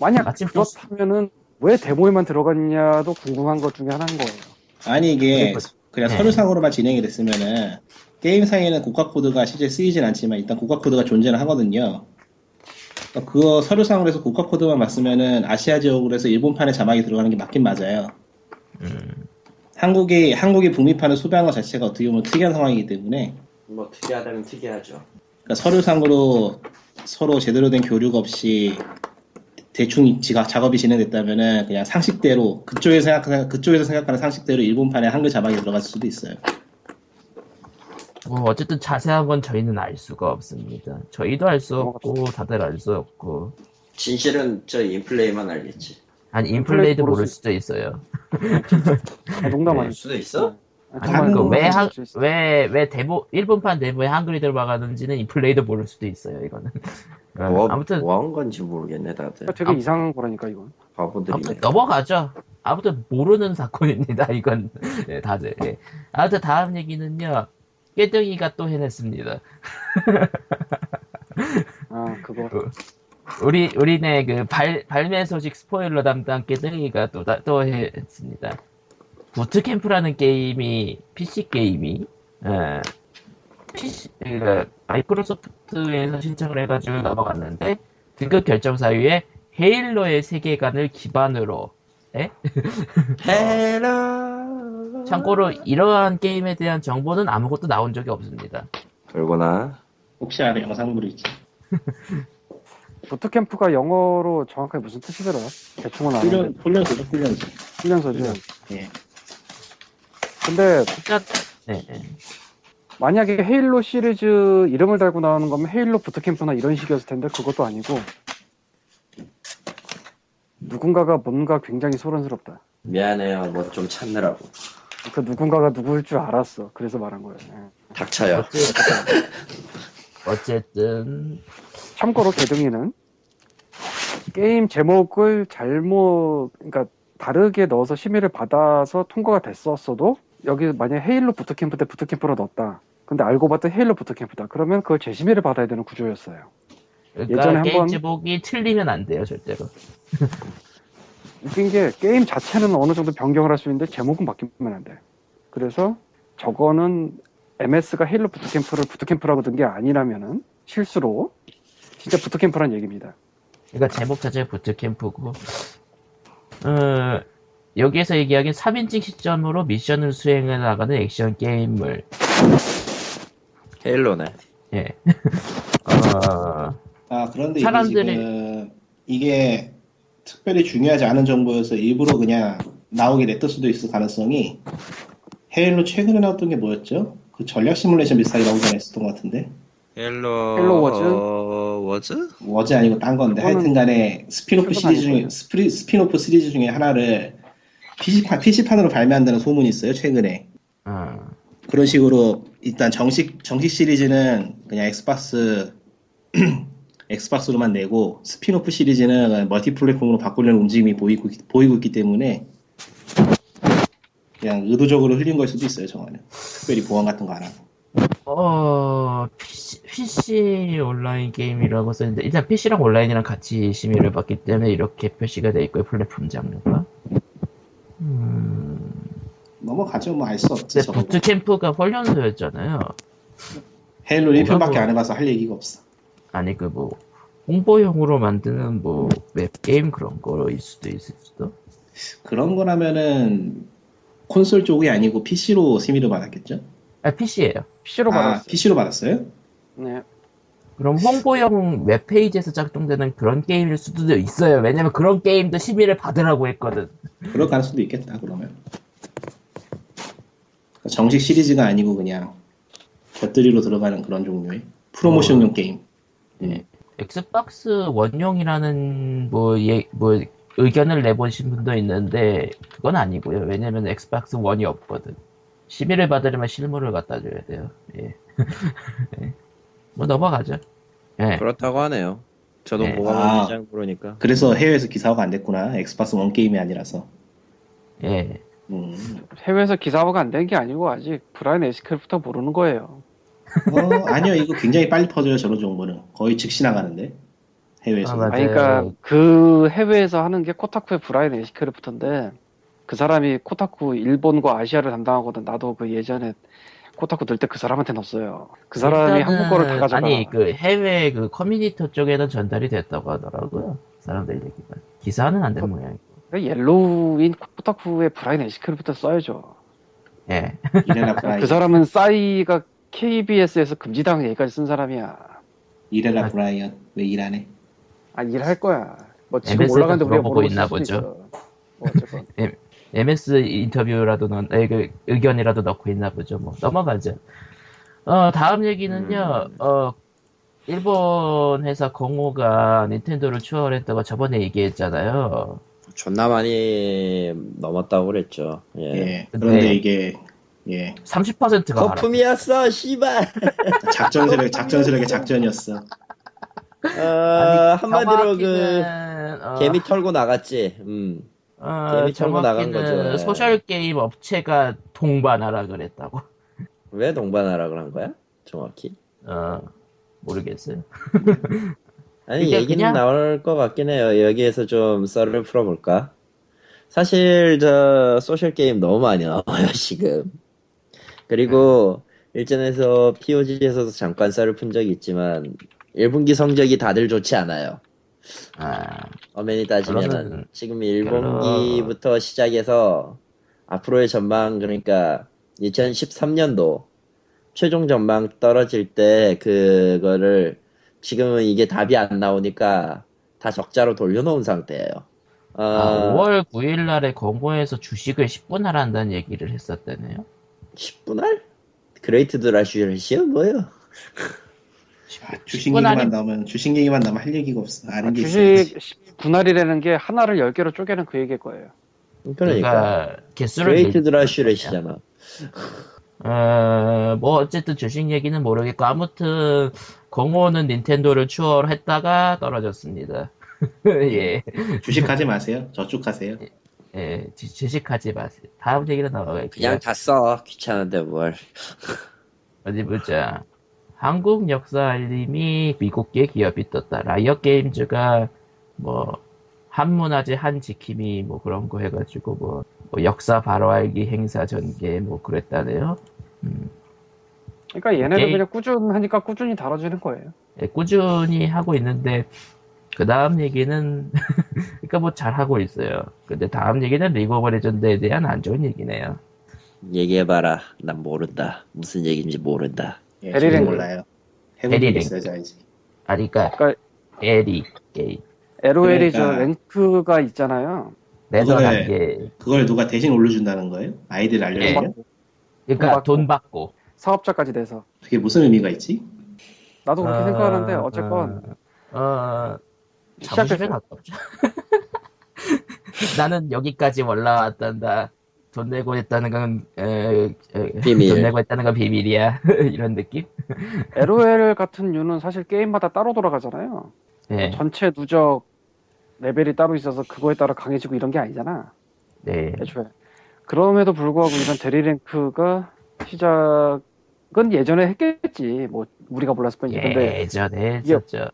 Speaker 4: 만약
Speaker 1: 마침 또-
Speaker 4: 그렇다면은 왜 데모에만 들어갔냐도 궁금한 것 중에 하나인 거예요.
Speaker 3: 아니 이게 그냥
Speaker 1: 네.
Speaker 3: 서류상으로만 진행이 됐으면은 게임상에는 고가 코드가 실제 쓰이진 않지만 일단 고가 코드가 존재는 하거든요. 그러니까 그거 서류상으로 해서 고가 코드만 봤으면은 아시아 지역으로 해서 일본판에 자막이 들어가는 게 맞긴 맞아요.
Speaker 1: 음,
Speaker 3: 한국이 한국이 북미판을 소비한 것 자체가 어떻게 보면 특이한 상황이기 때문에
Speaker 2: 뭐 특이하다면 특이하죠.
Speaker 3: 그러니까 서류상으로 서로 제대로 된 교류가 없이 대충 지가 작업이 진행됐다면은 그냥 상식대로 그쪽에서 생각하는 그쪽에서 생각하는 상식대로 일본판에 한글 자막이 들어갔을 수도 있어요.
Speaker 1: 뭐 어쨌든 자세한 건 저희는 알 수가 없습니다. 저희도 알 수
Speaker 4: 어,
Speaker 1: 없고 다들 알 수 없고
Speaker 2: 진실은 저 인플레이만 알겠지.
Speaker 1: 아니 인플레이도
Speaker 4: 인플레이도 모를
Speaker 1: 모를 수도 있어요.
Speaker 4: 아, 농담
Speaker 2: 알
Speaker 4: 아니죠.
Speaker 2: 수도 있어?
Speaker 4: 아,
Speaker 3: 아니,
Speaker 4: 농담
Speaker 1: 그왜왜
Speaker 4: 아니죠.
Speaker 1: 왜 데모 일본판 데모에 한글이 들어가는지는 인플레이도 모를 수도 있어요. 이거는 어,
Speaker 2: 뭐,
Speaker 1: 아무튼
Speaker 2: 뭐한 건지 모르겠네 다들.
Speaker 4: 되게
Speaker 1: 아.
Speaker 4: 이상한 거라니까 이건.
Speaker 1: 아무튼
Speaker 2: 바보들이네.
Speaker 1: 넘어가죠. 아무튼 모르는 사건입니다. 이건 예, 다들. 예. 아무튼 다음 얘기는요. 깨등이가 또 해냈습니다.
Speaker 4: 아 그거
Speaker 1: 우리 우리네 그 발, 발매 소식 스포일러 담당 깨등이가 또또 또 했습니다. 부트캠프라는 게임이 PC 게임이 어, PC 그러니까 마이크로소프트에서 신청을 해가지고 넘어갔는데 등급 결정 사유에 헤일로의 세계관을 기반으로 에?
Speaker 2: 헤라.
Speaker 1: 참고로 이러한 게임에 대한 정보는 아무것도 나온 적이 없습니다.
Speaker 2: 그러구나.
Speaker 3: 혹시 아래 영상물이 있지.
Speaker 4: 부트캠프가 영어로 정확하게 무슨 뜻이더라? 대충은 아는데
Speaker 3: 훈련 훈련소죠 훈련소.
Speaker 4: 훈련소죠.
Speaker 3: 예.
Speaker 4: 근데
Speaker 1: 일단 네, 네.
Speaker 4: 만약에 헤일로 시리즈 이름을 달고 나오는 거면 헤일로 부트캠프나 이런 식이었을 텐데 그것도 아니고 누군가가 뭔가 굉장히 소란스럽다.
Speaker 2: 미안해요. 뭐 좀 찾느라고.
Speaker 4: 그 누군가가 누구일 줄 알았어. 그래서 말한 거예요. 예.
Speaker 2: 닥쳐요.
Speaker 1: 어쨌든, 어쨌든
Speaker 4: 참고로 개등이는 게임 제목을 잘못 그러니까 다르게 넣어서 심의를 받아서 통과가 됐었어도 여기 만약 헤일로 부트캠프 때 부트캠프로 넣었다. 근데 알고 봤더니 헤일로 부트캠프다. 그러면 그걸 재심의를 받아야 되는 구조였어요.
Speaker 1: 그러니까
Speaker 4: 예전에 한
Speaker 1: 게임
Speaker 4: 번-
Speaker 1: 제목이 틀리면 안 돼요 절대로.
Speaker 4: 웃긴 게 게임 자체는 어느 정도 변경을 할 수 있는데 제목은 바뀌면 안 돼. 그래서 저거는 MS가 헤일로 부트캠프를 부트캠프라고 든 게 아니라면은 실수로 진짜 부트캠프란 얘기입니다.
Speaker 1: 그러니까 제목 자체가 부트캠프고 어, 여기에서 얘기하긴 3인칭 시점으로 미션을 수행해 나가는 액션 게임물.
Speaker 2: 헤일로네.
Speaker 1: 예. 어,
Speaker 3: 아 그런데
Speaker 1: 사람들이-
Speaker 3: 이게 지금 이게 특별히 중요하지 않은 정보여서 일부러 그냥 나오게 냈을 수도 있을 가능성이 헤일로 최근에 나왔던 게 뭐였죠? 그 전략 시뮬레이션 비슷하게 나오전에 했었던 것 같은데
Speaker 2: 헬로
Speaker 4: 헬로 워즈?
Speaker 2: 워즈?
Speaker 3: 워즈 아니고 딴 건데
Speaker 4: 그거는
Speaker 3: 하여튼간에 스피노프
Speaker 4: 최근
Speaker 3: 시리즈 중에
Speaker 4: 아니고요.
Speaker 3: 스프리, 스피노프 시리즈 중에 하나를 PC판, PC판으로 발매한다는 소문이 있어요 최근에
Speaker 1: 어,
Speaker 3: 그런 식으로 일단 정식 정식 시리즈는 그냥 엑스박스 엑스박스로만 내고 스피노프 시리즈는 그냥 멀티 플랫폼으로 바꾸려는 움직임이 보이고 보이고 있기 때문에 그냥 의도적으로 흘린 걸 수도 있어요 정화는 특별히 보안 같은 거 안 하고
Speaker 1: 어, PC, PC 온라인 게임이라고 써있는데, 일단 PC랑 온라인이랑 같이 심의를 받기 때문에 이렇게 표시가 돼 있고요, 플랫폼 장르가. 음,
Speaker 3: 넘어가죠 뭐 알 수 없지
Speaker 1: 근데
Speaker 3: 저거
Speaker 1: 부트캠프가 훈련소였잖아요.
Speaker 3: 헤일로 1편밖에
Speaker 1: 뭐라고-
Speaker 3: 안 해봐서 할 얘기가 없어
Speaker 1: 아니, 그 뭐, 홍보용으로 만드는 뭐, 웹게임 그런 거일 수도 있을 수도.
Speaker 3: 그런 거라면은 콘솔 쪽이 아니고 PC로 심의를 받았겠죠?
Speaker 1: 아, PC예요
Speaker 4: PC로
Speaker 3: 아
Speaker 4: 받았어요.
Speaker 3: PC로 받았어요?
Speaker 4: 네.
Speaker 1: 그럼 홍보용 웹페이지에서 작동되는 그런 게임일 수도 있어요. 왜냐면 그런 게임도 심의를 받으라고 했거든.
Speaker 3: 그럴 가능성도 있겠다 그러면 정식 시리즈가 아니고 그냥 곁들이로 들어가는 그런 종류의 프로모션용 게임 예.
Speaker 1: 엑스박스 원용이라는 뭐, 예, 뭐 의견을 내보신 분도 있는데 그건 아니고요. 왜냐면 엑스박스 원이 없거든. 심의를 받으려면 실물을 갖다 줘야 돼요. 예. 예. 뭐 넘어가죠. 예.
Speaker 2: 그렇다고 하네요. 저도
Speaker 1: 네.
Speaker 3: 아.
Speaker 2: 보관한 시장 그러니까.
Speaker 3: 그래서 해외에서 기사화가 안 됐구나 엑스박스 원 게임이 아니라서
Speaker 1: 예.
Speaker 3: 음.
Speaker 4: 해외에서 기사화가 안 된 게 아니고 아직 브라이언 에스켈부터 모르는 거예요.
Speaker 3: 어, 아니요 이거 굉장히 빨리 퍼져요 저런 정보는 거의 즉시 나가는데 해외에서
Speaker 1: 아, 맞아요.
Speaker 4: 아니, 그러니까 그 해외에서 하는 게 코타쿠의 브라이언 에스켈부터인데 그 사람이 코타쿠 일본과 아시아를 담당하거든. 나도 그 예전에 코타쿠 들 때 그 사람한테 넣었어요. 그 사람이
Speaker 1: 일단은
Speaker 4: 한국 거를 다 가져가.
Speaker 1: 아니 그 해외 그 커뮤니티 쪽에는 전달이 됐다고 하더라고요. 사람들 얘기가. 기사는 안 된 모양이고.
Speaker 4: 옐로우인 코타쿠의 브라이언 에스켈부터 써야죠.
Speaker 1: 예.
Speaker 3: 이래라 브라이언
Speaker 4: 그 사람은 싸이가 KBS에서 금지당한 얘기까지 쓴 사람이야.
Speaker 3: 이래라 브라이언 왜 일하네
Speaker 4: 아 일할 거야. 뭐 지금
Speaker 1: MS에서
Speaker 4: 올라가는데 우리가
Speaker 1: 물어보고
Speaker 4: 모르고
Speaker 1: 있나
Speaker 4: 있을 수도
Speaker 1: 보죠.
Speaker 4: 있어. 뭐 어쨌건.
Speaker 1: MS 인터뷰라도 넣, 아니, 그 의견이라도 넣고 있나 보죠. 뭐 넘어가죠. 어 다음 얘기는요. 어 일본 회사 공호가 닌텐도를 추월했다고 저번에 얘기했잖아요.
Speaker 2: 존나 많이 넘었다고 그랬죠. 예.
Speaker 3: 예. 그런데
Speaker 1: 네.
Speaker 3: 이게 예
Speaker 1: 30%가
Speaker 2: 거품이었어, 씨발.
Speaker 3: 작전 세력 작전 세력의 작전이었어
Speaker 2: 어, 한마디로 그 개미
Speaker 1: 개미
Speaker 2: 털고 나갔지. 음.
Speaker 1: 어,
Speaker 2: 개미 털고
Speaker 1: 정확히는
Speaker 2: 나간 거죠. 예.
Speaker 1: 소셜 게임 업체가 동반하라 그랬다고.
Speaker 2: 왜 동반하라 그런 거야? 정확히.
Speaker 1: 어 모르겠어요.
Speaker 2: 아니
Speaker 1: 이게
Speaker 2: 얘기는
Speaker 1: 그냥-
Speaker 2: 나올 것 같긴 해요. 여기에서 좀 썰을 풀어볼까? 사실 저 소셜 게임 너무 많이 나와요 지금. 그리고 일전에서 POG에서도 잠깐 썰을 푼 적이 있지만 1분기 성적이 다들 좋지 않아요.
Speaker 1: 아
Speaker 2: 엄연히 따지면
Speaker 1: 그러면은
Speaker 2: 은 지금 1분기부터 시작해서 앞으로의 전망 그러니까 2013년도 최종 전망 떨어질 때 그거를 지금은 이게 답이 안 나오니까 다 적자로 돌려놓은 상태예요. 어,
Speaker 1: 아, 5월 9일 날에 공고에서 주식을 10분 하란다는 얘기를 했었다네요.
Speaker 2: 10분할? 그레이트 드라슈시는 뭐예요?
Speaker 3: 아, 주식
Speaker 1: 직권
Speaker 3: 얘기만
Speaker 1: 아니-
Speaker 3: 나오면 주식 얘기만 나오면 할 얘기가 없어 아는 게 있어야지.
Speaker 4: 주식 분할이라는 게 하나를 10개로 쪼개는 그 얘기일 거예요.
Speaker 2: 그러니까
Speaker 1: 개수를
Speaker 2: 그레이트
Speaker 1: 늘-
Speaker 2: 드라슈시잖아.
Speaker 1: 어, 뭐 어쨌든 주식 얘기는 모르겠고 아무튼 공호는 닌텐도를 추월했다가 떨어졌습니다. 예,
Speaker 3: 주식하지 마세요 저축 하세요
Speaker 1: 예, 지- 주식하지 마세요. 다음 얘기로
Speaker 2: 그냥
Speaker 1: 넘어갈게요.
Speaker 2: 다 써. 귀찮은데 뭘.
Speaker 1: 어디 보자. 한국 역사 알림이 미국계 기업이 떴다. 라이엇 게임즈가 뭐 한문화재 한 지킴이 뭐 그런 거 해가지고 뭐, 뭐 역사 바로 알기 행사 전개 뭐 그랬다네요.
Speaker 4: 그러니까 얘네는
Speaker 1: 게임-
Speaker 4: 그냥 꾸준하니까 꾸준히 다뤄지는 거예요.
Speaker 1: 예, 꾸준히 하고 있는데 그 다음 얘기는 그러니까 뭐 잘 하고 있어요. 근데 다음 얘기는 리그 오브 레전드에 대한 안 좋은 얘기네요.
Speaker 2: 얘기해봐라. 난 모른다. 무슨 얘기인지 모른다.
Speaker 3: 예,
Speaker 4: 베리랭크.
Speaker 3: 저도 몰라요 해본
Speaker 1: 베리랭크.
Speaker 3: 적 있어요 저이지
Speaker 1: 아니 그러니까
Speaker 4: 그러니까-
Speaker 1: 에리 게임
Speaker 4: LOL이 저
Speaker 3: 그러니까.
Speaker 4: 랭크가 있잖아요.
Speaker 1: 네덜란드
Speaker 3: 그걸 누가 대신 올려준다는 거예요? 아이디를 알려주면?
Speaker 1: 그러니까 돈
Speaker 4: 돈
Speaker 1: 받고
Speaker 4: 사업자까지 돼서.
Speaker 3: 그게 무슨 의미가 있지?
Speaker 4: 나도 그렇게
Speaker 1: 아,
Speaker 4: 생각하는데 어쨌건
Speaker 1: 어, 어 자부심에
Speaker 4: 시작했어요.
Speaker 1: 가깝죠. 나는 여기까지 올라왔단다. 돈 내고 했다는 건 에, 에,
Speaker 2: 비밀.
Speaker 1: 돈 내고 했다는 건 비밀이야 이런 느낌.
Speaker 4: LOL 같은 유는 사실 게임마다 따로 돌아가잖아요.
Speaker 1: 네,
Speaker 4: 전체 누적 레벨이 따로 있어서 그거에 따라 강해지고 이런 게 아니잖아.
Speaker 1: 네.
Speaker 4: 애초에. 그럼에도 불구하고 이런 대리랭크가 시작이 그건 예전에 했겠지. 뭐 우리가 몰랐을 뿐이지. 근데
Speaker 1: 예전에 했었죠.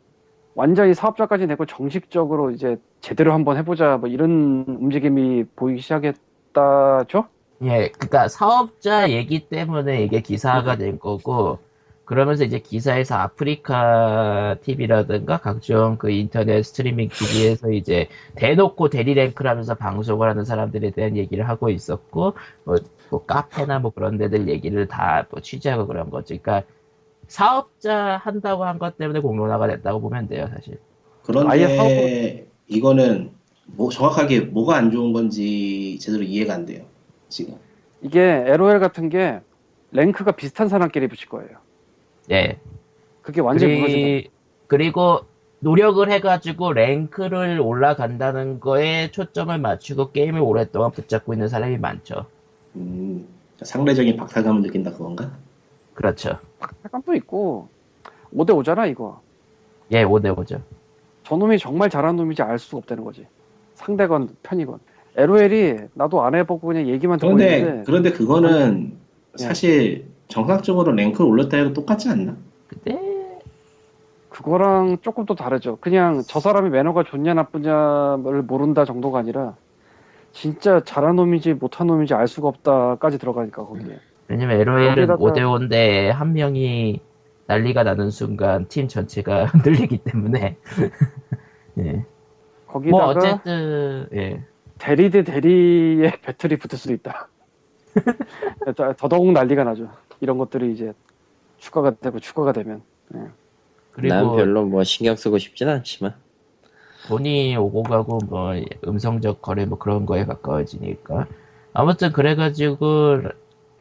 Speaker 4: 완전히 사업자까지 내고 정식적으로 이제 제대로 한번 해보자 뭐 이런 움직임이 보이기 시작했다죠?
Speaker 1: 예, 그러니까 사업자 얘기 때문에 이게 기사가 된 거고 그러면서 이제 기사에서 아프리카 TV라든가 각종 그 인터넷 스트리밍 기기에서 이제 대놓고 대리랭크를 하면서 방송을 하는 사람들에 대한 얘기를 하고 있었고 뭐, 뭐 카페나 뭐 그런 데들 얘기를 다 뭐 취재하고 그런 거지. 그러니까 사업자 한다고 한 것 때문에 공론화가 됐다고 보면 돼요, 사실.
Speaker 3: 그런데
Speaker 4: 아예 뭐- 하고-
Speaker 3: 이거는 뭐 정확하게 뭐가 안 좋은 건지 제대로 이해가 안 돼요. 지금.
Speaker 4: 이게 LOL 같은 게 랭크가 비슷한 사람끼리 붙일 거예요.
Speaker 1: 예.
Speaker 4: 그게 완전히 무너진다.
Speaker 1: 그리, 고 노력을 해가지고 랭크를 올라간다는 거에 초점을 맞추고 게임을 오랫동안 붙잡고 있는 사람이 많죠.
Speaker 3: 음, 상대적인 박탈감을 느낀다 그건가?
Speaker 1: 그렇죠.
Speaker 4: 약간도 있고 5대 5잖아 이거.
Speaker 1: 예, 5대5죠.
Speaker 4: 저놈이 정말 잘하는 놈인지 알 수가 없다는 거지. 상대건 편이건. LOL이 나도 안 해보고 그냥 얘기만 듣고
Speaker 3: 그런데
Speaker 4: 있는데
Speaker 3: 그런데 그거는
Speaker 4: 예.
Speaker 3: 사실 정상적으로 랭크를 올렸다 해도 똑같지 않나?
Speaker 1: 근데
Speaker 4: 그거랑 조금 또 다르죠. 그냥 저 사람이 매너가 좋냐 나쁘냐를 모른다 정도가 아니라 진짜 잘한 놈인지 못한 놈인지 알 수가 없다까지 들어가니까
Speaker 2: 음.
Speaker 4: 거기에.
Speaker 1: 왜냐면 LOL은
Speaker 4: 거기다가-
Speaker 1: 5대5인데 한 명이 난리가 나는 순간 팀 전체가 흔들리기 때문에 예. 뭐
Speaker 4: 거기다가
Speaker 1: 어쨌든 예.
Speaker 4: 대리 대 대리의 배틀이 붙을 수도 있다. 더- 더더욱 난리가 나죠. 이런 것들이 이제 추가가 되고 추가가 되면.
Speaker 2: 난
Speaker 1: 그리고
Speaker 2: 별로 뭐 신경 쓰고 싶진 않지만
Speaker 1: 돈이 오고 가고 뭐 음성적 거래 뭐 그런 거에 가까워지니까 아무튼 그래가지고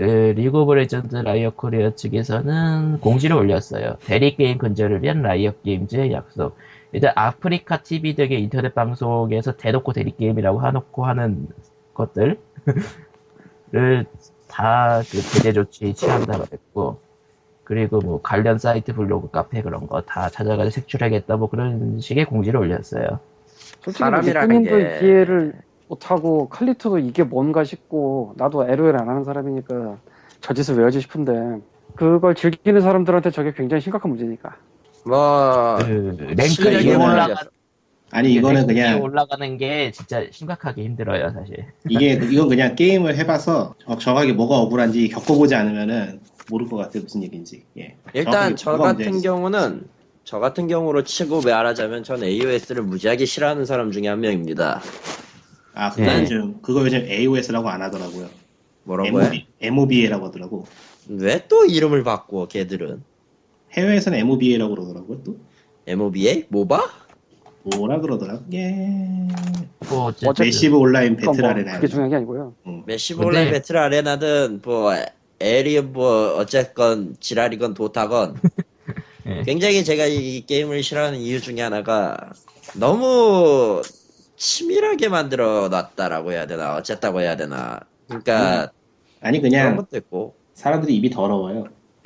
Speaker 1: 에, 리그 오브 레전드 라이어 코리아 측에서는 공지를 올렸어요 대리 게임 근절을 위한 라이어 게임즈의 약속 일단 아프리카 TV 등의 인터넷 방송에서 대놓고 대리 게임이라고 해놓고 하는 것들을 다그 제재 조치 취한다고 했고 그리고 뭐 관련 사이트 블로그 카페 그런 거 다 찾아가서 색출하겠다 뭐 그런 식의 공지를 올렸어요.
Speaker 4: 솔직히
Speaker 2: 사람이라는
Speaker 4: 사람이라는
Speaker 2: 게-
Speaker 4: 게 이해를 못하고 칼리토도 이게 뭔가 싶고 나도 LOL 안 하는 사람이니까 저 짓을 왜 하지 싶은데 그걸 즐기는 사람들한테 저게 굉장히 심각한 문제니까
Speaker 2: 뭐
Speaker 1: 그
Speaker 2: 실력이
Speaker 1: 랭크에 올라가
Speaker 2: 낮아서.
Speaker 3: 아니 이거는
Speaker 1: 랭크에
Speaker 3: 그냥
Speaker 1: 올라가는 게 진짜 심각하게 힘들어요 사실.
Speaker 3: 이게 이건 그냥 게임을 해봐서 어, 정- 정확하게 뭐가 억울한지 겪어보지 않으면은 모를 것 같아 요 무슨 얘기인지. 예.
Speaker 2: 일단
Speaker 3: 정확하게
Speaker 2: 저
Speaker 3: 뭐가
Speaker 2: 같은
Speaker 3: 문제인지.
Speaker 2: 경우는 저 같은 경우로 치고 말하자면 전 AOS를 무지하게 싫어하는 사람 중에 한 명입니다.
Speaker 3: 아 그거
Speaker 1: 예.
Speaker 3: 요즘 그거 요즘 AOS라고 안 하더라고요.
Speaker 2: 뭐라고 해?
Speaker 3: MOB, MOBA라고 하더라고.
Speaker 2: 왜 또 이름을 바꿔 걔들은?
Speaker 3: 해외에서는 MOBA라고 그러더라고요 또.
Speaker 2: MOBA? 모바?
Speaker 3: 뭐라 그러더라고. 예.
Speaker 1: 뭐 어쨌든
Speaker 3: 메시브 온라인
Speaker 4: 그건
Speaker 3: 배틀
Speaker 4: 뭐
Speaker 3: 아레나.
Speaker 4: 그게 중요한 게 아니고요
Speaker 2: 메시볼레
Speaker 1: 근데-
Speaker 2: 배틀 아레나든 뭐 에리언 뭐 어쨌건 지랄이건 도타건
Speaker 1: 예.
Speaker 2: 굉장히 제가 이 게임을 싫어하는 이유 중에 하나가 너무 치밀하게 만들어 놨다라고 해야 되나 어쨌다고 해야 되나 그러니까
Speaker 3: 아니
Speaker 2: 그런
Speaker 3: 그냥
Speaker 2: 것도 있고
Speaker 3: 사람들이 입이 더러워요.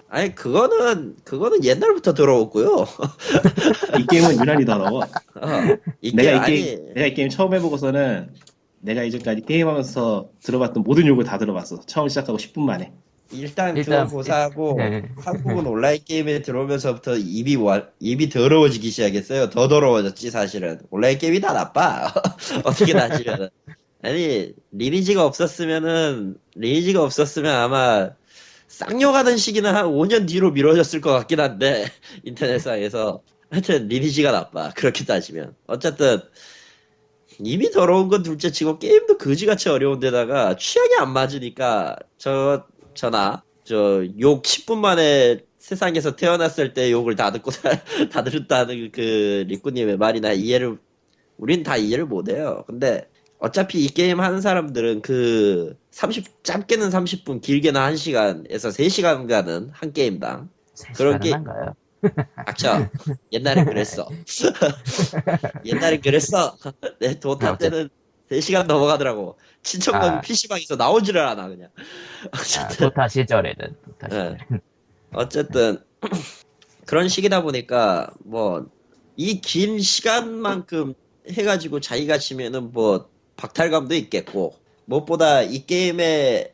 Speaker 2: 아니 그거는 그거는 옛날부터 들어왔고요
Speaker 3: 이 게임은 유난히 더러워.
Speaker 2: 어, 이게
Speaker 3: 내가 이
Speaker 2: 아니
Speaker 3: 게임 내가 이 게임 처음 해보고서는 내가 이전까지 게임하면서 들어봤던 모든 욕을 다 들어봤어. 처음 시작하고 10분 만에.
Speaker 2: 일단,
Speaker 1: 일단-
Speaker 2: 그거 고사하고
Speaker 1: 예.
Speaker 2: 한국은 온라인 게임에 들어오면서부터 입이 와- 입이 더러워지기 시작했어요. 더 더러워졌지 사실은 온라인 게임이 다 나빠 어떻게 따지면 아니 리니지가 없었으면은 리니지가 없었으면 아마 쌍욕하던 시기는 한 5년 뒤로 미뤄졌을 것 같긴 한데 인터넷상에서 하여튼 리니지가 나빠 그렇게 따지면 어쨌든 이미 더러운 건 둘째치고 게임도 그지같이 어려운데다가 취향이 안 맞으니까 저 저나 저 욕 10분 만에 세상에서 태어났을 때 욕을 다 듣고 살- 다 들었다는 그 리꾸님의 말이나 이해를 우린 다 이해를 못해요. 근데 어차피 이 게임 하는 사람들은 그 30, 짧게는 30분, 길게는 1시간에서 3시간 가는 한 게임당.
Speaker 1: 세
Speaker 2: 그런 게-
Speaker 1: 시간은 안 가요.
Speaker 2: 악처. 옛날엔 그랬어. 옛날엔 그랬어. 내 도타
Speaker 1: 아, 어쨌든.
Speaker 2: 때는 3시간 넘어가더라고. 친척놈이
Speaker 1: 아.
Speaker 2: PC방에서 나오지를 않아, 그냥.
Speaker 1: 아, 도타 시절에는 도타 시절.
Speaker 2: 예. 어쨌든 그런 시기다 보니까 뭐 이 긴 시간만큼 해가지고 자기가 치면은 뭐 박탈감도 있겠고 무엇보다 이 게임의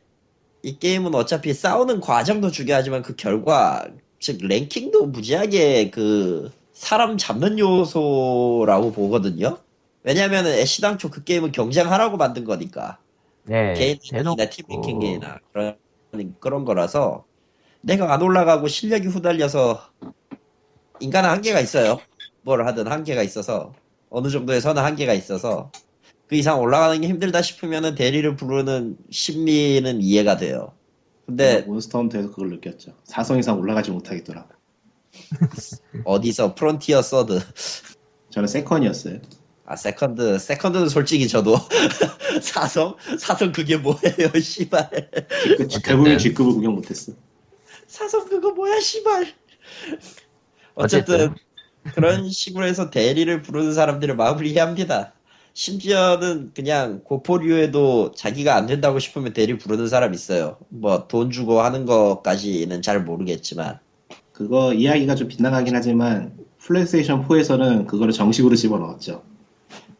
Speaker 2: 이 게임은 어차피 싸우는 과정도 중요하지만 그 결과 즉 랭킹도 무지하게 그 사람 잡는 요소라고 보거든요. 왜냐면은 애시당초 그 게임은 경쟁하라고 만든 거니까
Speaker 1: 네.
Speaker 2: 개인 랭킹이나 팀 랭킹이나 그런 그런 거라서 내가 안 올라가고 실력이 후달려서 인간은 한계가 있어요. 뭘 하든 한계가 있어서 어느 정도에서는 한계가 있어서 그 이상 올라가는 게 힘들다 싶으면은 대리를 부르는 심리는 이해가 돼요. 근데
Speaker 3: 몬스터 헌터에서 그걸 느꼈죠. 4성 이상 올라가지 못하겠더라고.
Speaker 2: 어디서 프론티어 서드
Speaker 3: 저는 세컨이었어요.
Speaker 2: 아 세컨드 세컨드는 솔직히 저도 사성 사성 그게 뭐예요 씨발
Speaker 3: 그 대부분 G급을 구경 못했어.
Speaker 2: 사성 그거 뭐야 씨발 어쨌든 그런 식으로 해서 대리를 부르는 사람들의 마음을 이해합니다. 심지어는 그냥 고포류에도 자기가 안 된다고 싶으면 대리 부르는 사람 있어요. 뭐 돈 주고 하는 것까지는 잘 모르겠지만
Speaker 3: 그거 이야기가 좀 빗나가긴 하지만 플레이스테이션 4에서는 그거를 정식으로 집어넣었죠.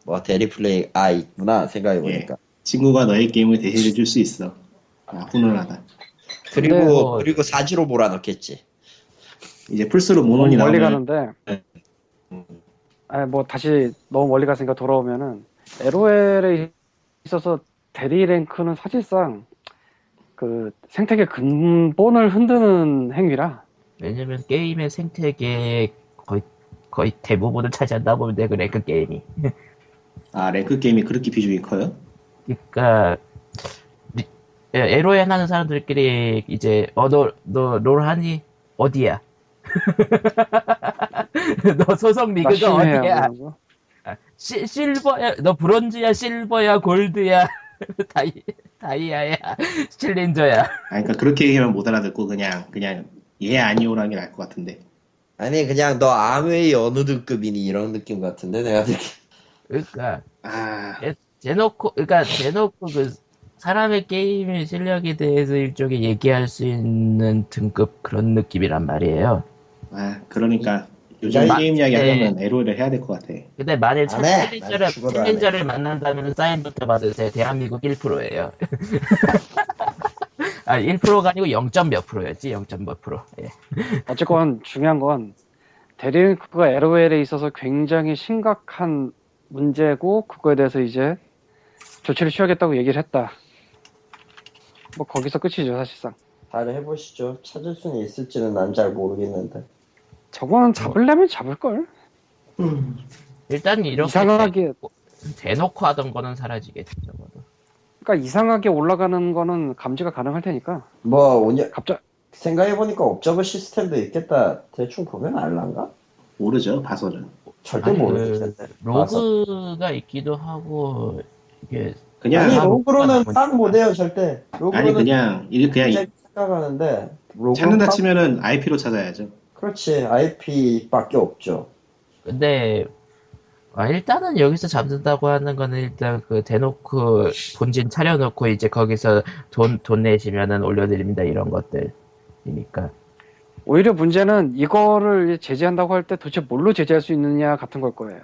Speaker 2: 뭐 대리 플레이 아 있구나 생각해 보니까
Speaker 3: 친구가 너의 게임을 대신해 줄 수 있어. 아, 훈훈하다.
Speaker 2: 그리고
Speaker 4: 근데
Speaker 1: 뭐-
Speaker 2: 그리고 사지로 몰아넣겠지.
Speaker 3: 이제 플스로 모논이
Speaker 4: 너무 어, 멀리
Speaker 3: 나오면
Speaker 4: 가는데
Speaker 3: 네.
Speaker 4: 아, 뭐 다시 너무 멀리 갔으니까 돌아오면은 LOL에 있어서 대리 랭크는 사실상 그 생태계 근본을 흔드는 행위라
Speaker 1: 왜냐면 게임의 생태계 거의 거의 대부분을 차지한다 보면 돼 그래 그 게임이.
Speaker 3: 아 랭크 게임이 그렇게 비중이 커요?
Speaker 1: 그러니까 리- 예, LOL 하는 사람들끼리 이제 어, 어너너롤 하니 어디야? 너 소속 리그가
Speaker 4: 나심해요,
Speaker 1: 어디야?
Speaker 4: 그런 거.
Speaker 1: 시- 실버야? 너 브론즈야? 실버야? 골드야? 다이 다이아야? 실린저야?
Speaker 3: 아 그러니까 그렇게 얘기하면 못 알아듣고 그냥 그냥 예 아니오라는 게 나을 것 같은데
Speaker 2: 아니 그냥 너 암웨이 어느 등급이니 이런 느낌 같은데 내가 느끼
Speaker 1: 그러니까
Speaker 3: 아
Speaker 1: 대놓고 그러니까 대놓고 그 사람의 게임의 실력에 대해서 일종의 얘기할 수 있는 등급 그런 느낌이란 말이에요.
Speaker 3: 아 그러니까 요즘
Speaker 2: 마-
Speaker 3: 게임 이야기 하려면 에로를 해야 될 것 같아.
Speaker 1: 근데 만일
Speaker 2: 안 해. 난
Speaker 1: 챌린저를,
Speaker 2: 네. 죽어도 안 해.
Speaker 1: 챌린저를 만난다면 사인부터 받으세요. 대한민국 1%예요. 아, 1%가 아니고 0. 몇 프로였지? 0. 몇 프로. 예.
Speaker 4: 어쨌건 중요한 건 대리 랭크가 LOL에 있어서 굉장히 심각한 문제고 그거에 대해서 이제 조치를 취하겠다고 얘기를 했다 뭐 거기서 끝이죠 사실상
Speaker 2: 잘 해보시죠. 찾을 수는 있을지는 난 잘 모르겠는데.
Speaker 4: 저거는 잡으려면 잡을걸
Speaker 1: 일단 이렇게
Speaker 4: 이상하게
Speaker 1: 대놓고 하던 거는 사라지겠지, 적어도.
Speaker 4: 그러니까 이상하게 올라가는 거는 감지가 가능할 테니까
Speaker 2: 뭐 오냐
Speaker 4: 갑자
Speaker 2: 생각해보니까 옵저버 시스템도 있겠다. 대충 보면 알란가?
Speaker 3: 모르죠 봐서는.
Speaker 2: 절대 네.
Speaker 1: 아니,
Speaker 2: 모르겠
Speaker 1: 그
Speaker 2: 텐데. 봐서.
Speaker 1: 로그가 있기도 하고, 이게,
Speaker 3: 그냥
Speaker 2: 아니
Speaker 1: 다
Speaker 2: 로그로는
Speaker 1: 보니까.
Speaker 2: 딱 못해요 절대.
Speaker 3: 아니
Speaker 2: 로그로는
Speaker 3: 그냥 이 그냥
Speaker 2: 굉장히 생각하는데 로그
Speaker 3: 찾는다 치면은 IP로 찾아야죠.
Speaker 2: 그렇지 IP밖에 없죠.
Speaker 1: 근데, 아, 일단은 여기서 잡는다고 하는 거는 일단 그 대놓고 본진 차려놓고 이제 거기서 돈, 돈 내시면은 올려드립니다. 이런 것들이니까.
Speaker 4: 오히려 문제는 이거를 제재한다고 할 때 도대체 뭘로 제재할 수 있느냐 같은 걸 거예요.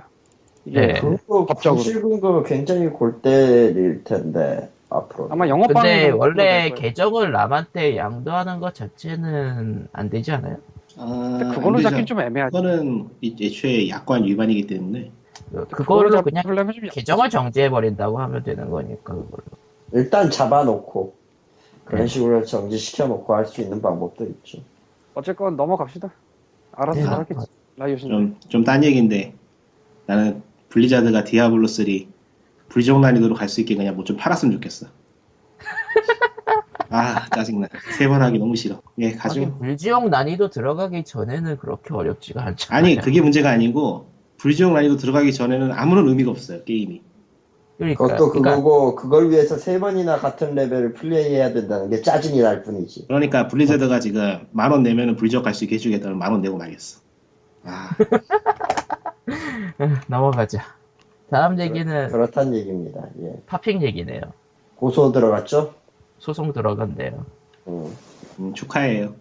Speaker 4: 이게
Speaker 1: 네.
Speaker 2: 그리고
Speaker 4: 법적으로.
Speaker 2: 실금도 굉장히 골때릴 텐데 앞으로.
Speaker 4: 아마 영업방해
Speaker 1: 근데
Speaker 4: 정도로 될
Speaker 1: 원래
Speaker 4: 거예요.
Speaker 1: 계정을 남한테 양도하는 것 자체는 안 되지 않아요?
Speaker 3: 아,
Speaker 4: 근데
Speaker 3: 안
Speaker 4: 그걸로
Speaker 3: 되죠.
Speaker 4: 잡긴 좀 애매하지.
Speaker 3: 그거는 이- 애초에 약관 위반이기 때문에
Speaker 1: 그-
Speaker 4: 그걸로
Speaker 1: 그걸로 그냥
Speaker 4: 잡으려면 좀
Speaker 1: 계정을 정지해 버린다고 하면 되는 거니까 그걸로.
Speaker 2: 일단 잡아놓고 그런
Speaker 1: 네.
Speaker 2: 식으로 정지시켜 놓고 할 수 있는 방법도 있죠.
Speaker 4: 어쨌건 넘어갑시다. 알아서
Speaker 1: 네.
Speaker 4: 잘 하겠지. 라이오신
Speaker 3: 좀 좀 딴 얘기인데 나는 블리자드가 디아블로 3 불정 난이도로 갈 수 있게 그냥 뭐 좀 팔았으면 좋겠어. 아 짜증나. 세 번 하기 너무 싫어. 예
Speaker 1: 하긴
Speaker 3: 가죠.
Speaker 1: 불지옥 난이도 들어가기 전에는 그렇게 어렵지가 않잖아요.
Speaker 3: 아니 그게 문제가 아니고 불정 난이도 들어가기 전에는 아무런 의미가 없어요 게임이.
Speaker 1: 그러니까,
Speaker 2: 그것도
Speaker 1: 그
Speaker 2: 그거고 그걸 위해서 세 번이나 같은 레벨을 플레이해야 된다는 게 짜증이 날 뿐이지.
Speaker 3: 그러니까 블리자드가 지금 만 원 내면은 불정 갈 수 있게 해주겠다면 만 원 내고 말겠어. 아
Speaker 1: 러 넘어가자. 다음
Speaker 3: 네.
Speaker 1: 얘기는
Speaker 2: 그렇단 얘기입니다. 예.
Speaker 1: 파핑 얘기네요.
Speaker 2: 고소 들어갔죠?
Speaker 1: 소송 들어간대요.
Speaker 2: 음.
Speaker 3: 음, 축하해요.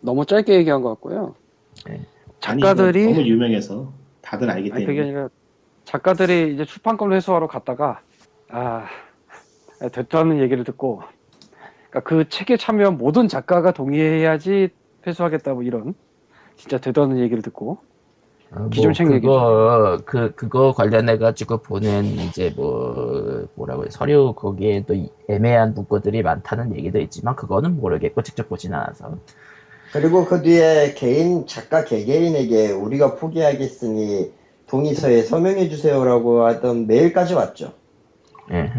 Speaker 4: 너무 짧게 얘기한 것 같고요.
Speaker 1: 네.
Speaker 3: 아니, 이거
Speaker 4: 작가들이
Speaker 3: 너무 유명해서 다들 알기
Speaker 4: 아니
Speaker 3: 때문에.
Speaker 4: 그게 아니라 작가들이 이제 출판권 회수하러 갔다가 아 됐다는 얘기를 듣고 그러니까 그 책에 참여한 모든 작가가 동의해야지 회수하겠다 뭐 이런 진짜 되도않는 얘기를 듣고
Speaker 1: 아, 뭐
Speaker 4: 기존 책
Speaker 1: 그거 그 그거 관련해 가지고 보낸 이제 뭐 뭐라고 해 서류 거기에 또 이- 애매한 문구들이 많다는 얘기도 있지만 그거는 모르겠고 직접 보진 않아서
Speaker 2: 그리고 그 뒤에 개인 작가 개개인에게 우리가 포기하겠으니 동의서에 서명해 주세요라고 하던 메일까지 왔죠.
Speaker 1: 예.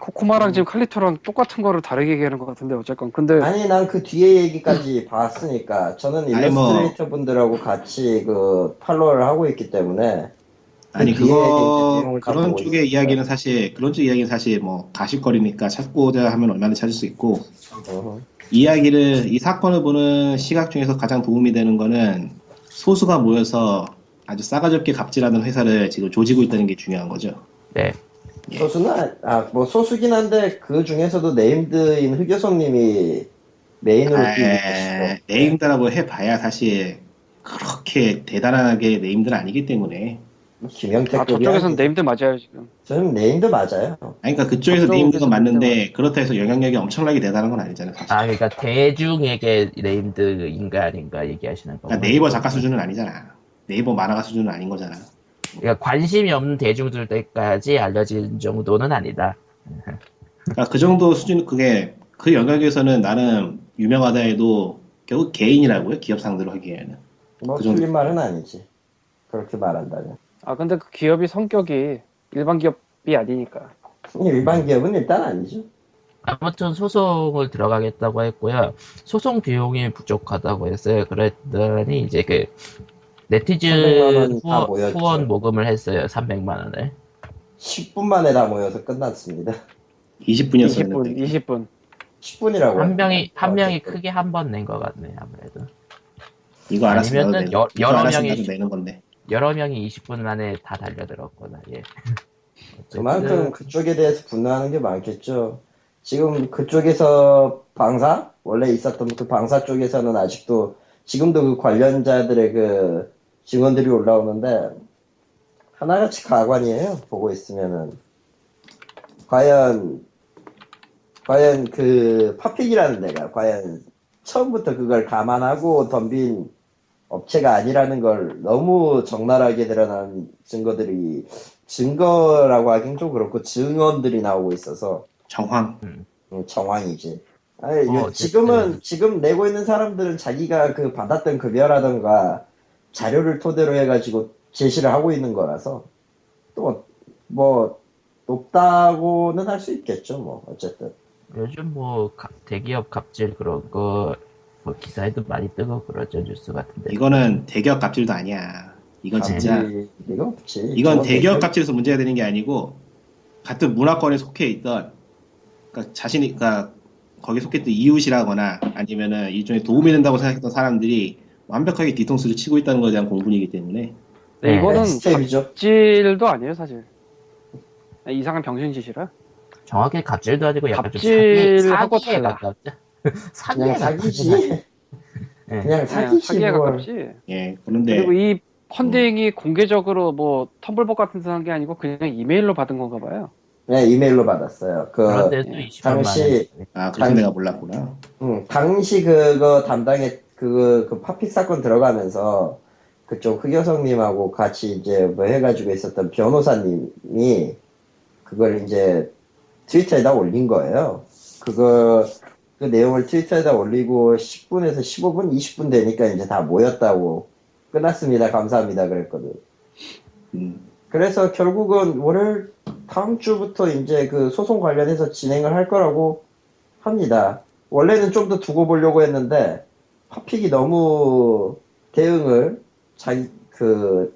Speaker 4: 코코마랑 지금 칼리토랑 똑같은 거를 다르게 얘기하는 것 같은데 어쨌건 근데
Speaker 2: 아니 난 그 뒤에 얘기까지 봤으니까 저는
Speaker 3: 아니, 뭐.
Speaker 2: 일러스트레이터 분들하고 같이 그 팔로워를 하고 있기 때문에
Speaker 3: 아니
Speaker 2: 그 뒤에 이제
Speaker 3: 그거
Speaker 2: 내용을
Speaker 3: 그런
Speaker 2: 가지고
Speaker 3: 쪽의
Speaker 2: 있어요.
Speaker 3: 이야기는 사실 그런 쪽 이야기는 사실 뭐 가십거리니까 찾고자 하면 얼마나 찾을 수 있고
Speaker 2: 어허.
Speaker 3: 이야기를 이 사건을 보는 시각 중에서 가장 도움이 되는 거는 소수가 모여서 아주 싸가지 없게 갑질하는 회사를 지금 조지고 있다는 게 중요한 거죠.
Speaker 1: 네.
Speaker 2: 소수는 아뭐 소수긴 한데 그 중에서도 네임드인 흑여성님이 메인으로 뛰고
Speaker 3: 아,
Speaker 2: 계시죠.
Speaker 3: 네임드라고 해봐야 사실 그렇게 대단하게 네임드는 아니기 때문에
Speaker 2: 김영택
Speaker 4: 아 저쪽에서는 네임드 맞아요 지금
Speaker 2: 저는 네임드 맞아요.
Speaker 3: 아니 그러니까 그쪽에서
Speaker 4: 그쪽에서
Speaker 3: 네임드가 맞는데 그렇다 해서 영향력이 엄청나게 대단한 건 아니잖아요. 사실.
Speaker 1: 아 그러니까 대중에게 네임드인가 아닌가 얘기하시는 거고
Speaker 3: 그러니까 네이버 작가 수준은 아니잖아. 네이버 만화가 수준은 아닌 거잖아.
Speaker 1: 그러니까 관심이 없는 대중들까지 알려진 정도는 아니다
Speaker 3: 그러니까 그 정도 수준 그게 그 영역에서는 나는 유명하다 해도 결국 개인이라고요 기업 상대로 하기에는
Speaker 2: 뭐
Speaker 3: 그 정도.
Speaker 2: 틀린 말은 아니지. 그렇게 말한다면.
Speaker 4: 아 근데 그 기업이 성격이 일반 기업이 아니니까
Speaker 2: 일반 기업은 일단 아니죠.
Speaker 1: 아무튼 소송을 들어가겠다고 했고요. 소송 비용이 부족하다고 했어요. 그랬더니 이제 그 네티즌
Speaker 2: 300만 원다
Speaker 1: 후원,
Speaker 2: 모였죠.
Speaker 1: 후원 모금을 했어요. 300만 원을.
Speaker 2: 10분 만에 다 모여서 끝났습니다.
Speaker 3: 20분이었었는데
Speaker 4: 20분 20분
Speaker 2: 10분이라고. 어,
Speaker 1: 한 명이 한 명이 크게 한 번 낸 것 같네 아무래도.
Speaker 3: 이거 알았으면 나도
Speaker 1: 아니면은
Speaker 3: 내는-
Speaker 1: 여-
Speaker 3: 이거
Speaker 1: 여러
Speaker 3: 알았으면
Speaker 1: 명이-
Speaker 3: 나도 내는 건데
Speaker 1: 여러 명이 20분 만에 다 달려들었거나 예. 그렇죠. 네.
Speaker 2: 그만큼 그쪽에 대해서 분노하는 게 많겠죠. 지금 그쪽에서 방사 원래 있었던 그 방사 쪽에서는 아직도 지금도 그 관련자들의 그 증언들이 올라오는데 하나같이 가관이에요. 보고 있으면은 과연 과연 그 파픽이라는 데가 과연 처음부터 그걸 감안하고 덤빈 업체가 아니라는 걸 너무 적나라하게 드러난 증거들이 증거라고 하긴 좀 그렇고 증언들이 나오고 있어서
Speaker 3: 정황
Speaker 2: 음, 정황이지. 아니,
Speaker 1: 어,
Speaker 2: 요-
Speaker 1: 어쨌든.
Speaker 2: 지금은 지금 내고 있는 사람들은 자기가 그 받았던 급여라던가 자료를 토대로 해가지고 제시를 하고 있는 거라서 또 뭐 높다고는 할 수 있겠죠. 뭐 어쨌든
Speaker 1: 요즘 뭐 가- 대기업 갑질 그런 거 뭐 기사에도 많이 뜨고 그러죠 뉴스 같은데.
Speaker 3: 이거는 대기업 갑질도 아니야 이건
Speaker 1: 네.
Speaker 3: 진짜
Speaker 2: 아무리 이거 없지.
Speaker 3: 이건
Speaker 2: 네, 저건
Speaker 3: 대기업
Speaker 2: 대기업-
Speaker 3: 갑질에서 문제가 되는 게 아니고 같은 문화권에 속해 있던 그러니까 자신이 그러니까 거기 속해 있던 이웃이라거나 아니면은 일종의 도움이 된다고 생각했던 사람들이 완벽하게 뒤통수를 치고 있다는 것에 대한 공분이기 때문에
Speaker 4: 근데
Speaker 1: 네.
Speaker 4: 이거는
Speaker 2: 스텝이죠.
Speaker 4: 갑질도 아니에요 사실 이상한 병신 짓이라
Speaker 1: 정확히 갑질도 아니고 약간
Speaker 4: 갑질하고
Speaker 1: 좀 사기, 사기에
Speaker 4: 달라.
Speaker 1: 가깝죠. 사기에
Speaker 2: 그냥
Speaker 1: 가깝지.
Speaker 2: 사기지.
Speaker 1: 예.
Speaker 2: 그냥
Speaker 4: 그냥
Speaker 2: 사기지 뭐.
Speaker 4: 사기에
Speaker 2: 뭘.
Speaker 4: 가깝지
Speaker 3: 예 그런데
Speaker 4: 그리고 이 펀딩이 공개적으로 뭐 텀블벅 같은 데서 한 게 아니고 그냥 이메일로 받은 건가 봐요
Speaker 2: 네 이메일로 받았어요. 그
Speaker 1: 그런데도
Speaker 4: 예.
Speaker 1: 20만 원.
Speaker 2: 당시-
Speaker 3: 아 그래서
Speaker 2: 당-
Speaker 3: 내가 몰랐구나
Speaker 2: 응, 당시 그거 담당에 그, 그 파픽 사건 들어가면서 그쪽 흑여성님하고 같이 이제 뭐 해가지고 있었던 변호사님이 그걸 이제 트위터에다 올린 거예요. 그거, 그 내용을 트위터에다 올리고 10분에서 15분, 20분 되니까 이제 다 모였다고 끝났습니다. 감사합니다. 그랬거든.
Speaker 3: 음,
Speaker 2: 그래서 결국은 월요일 다음 주부터 이제 그 소송 관련해서 진행을 할 거라고 합니다. 원래는 좀 더 두고 보려고 했는데 파픽이 너무 대응을 자기 그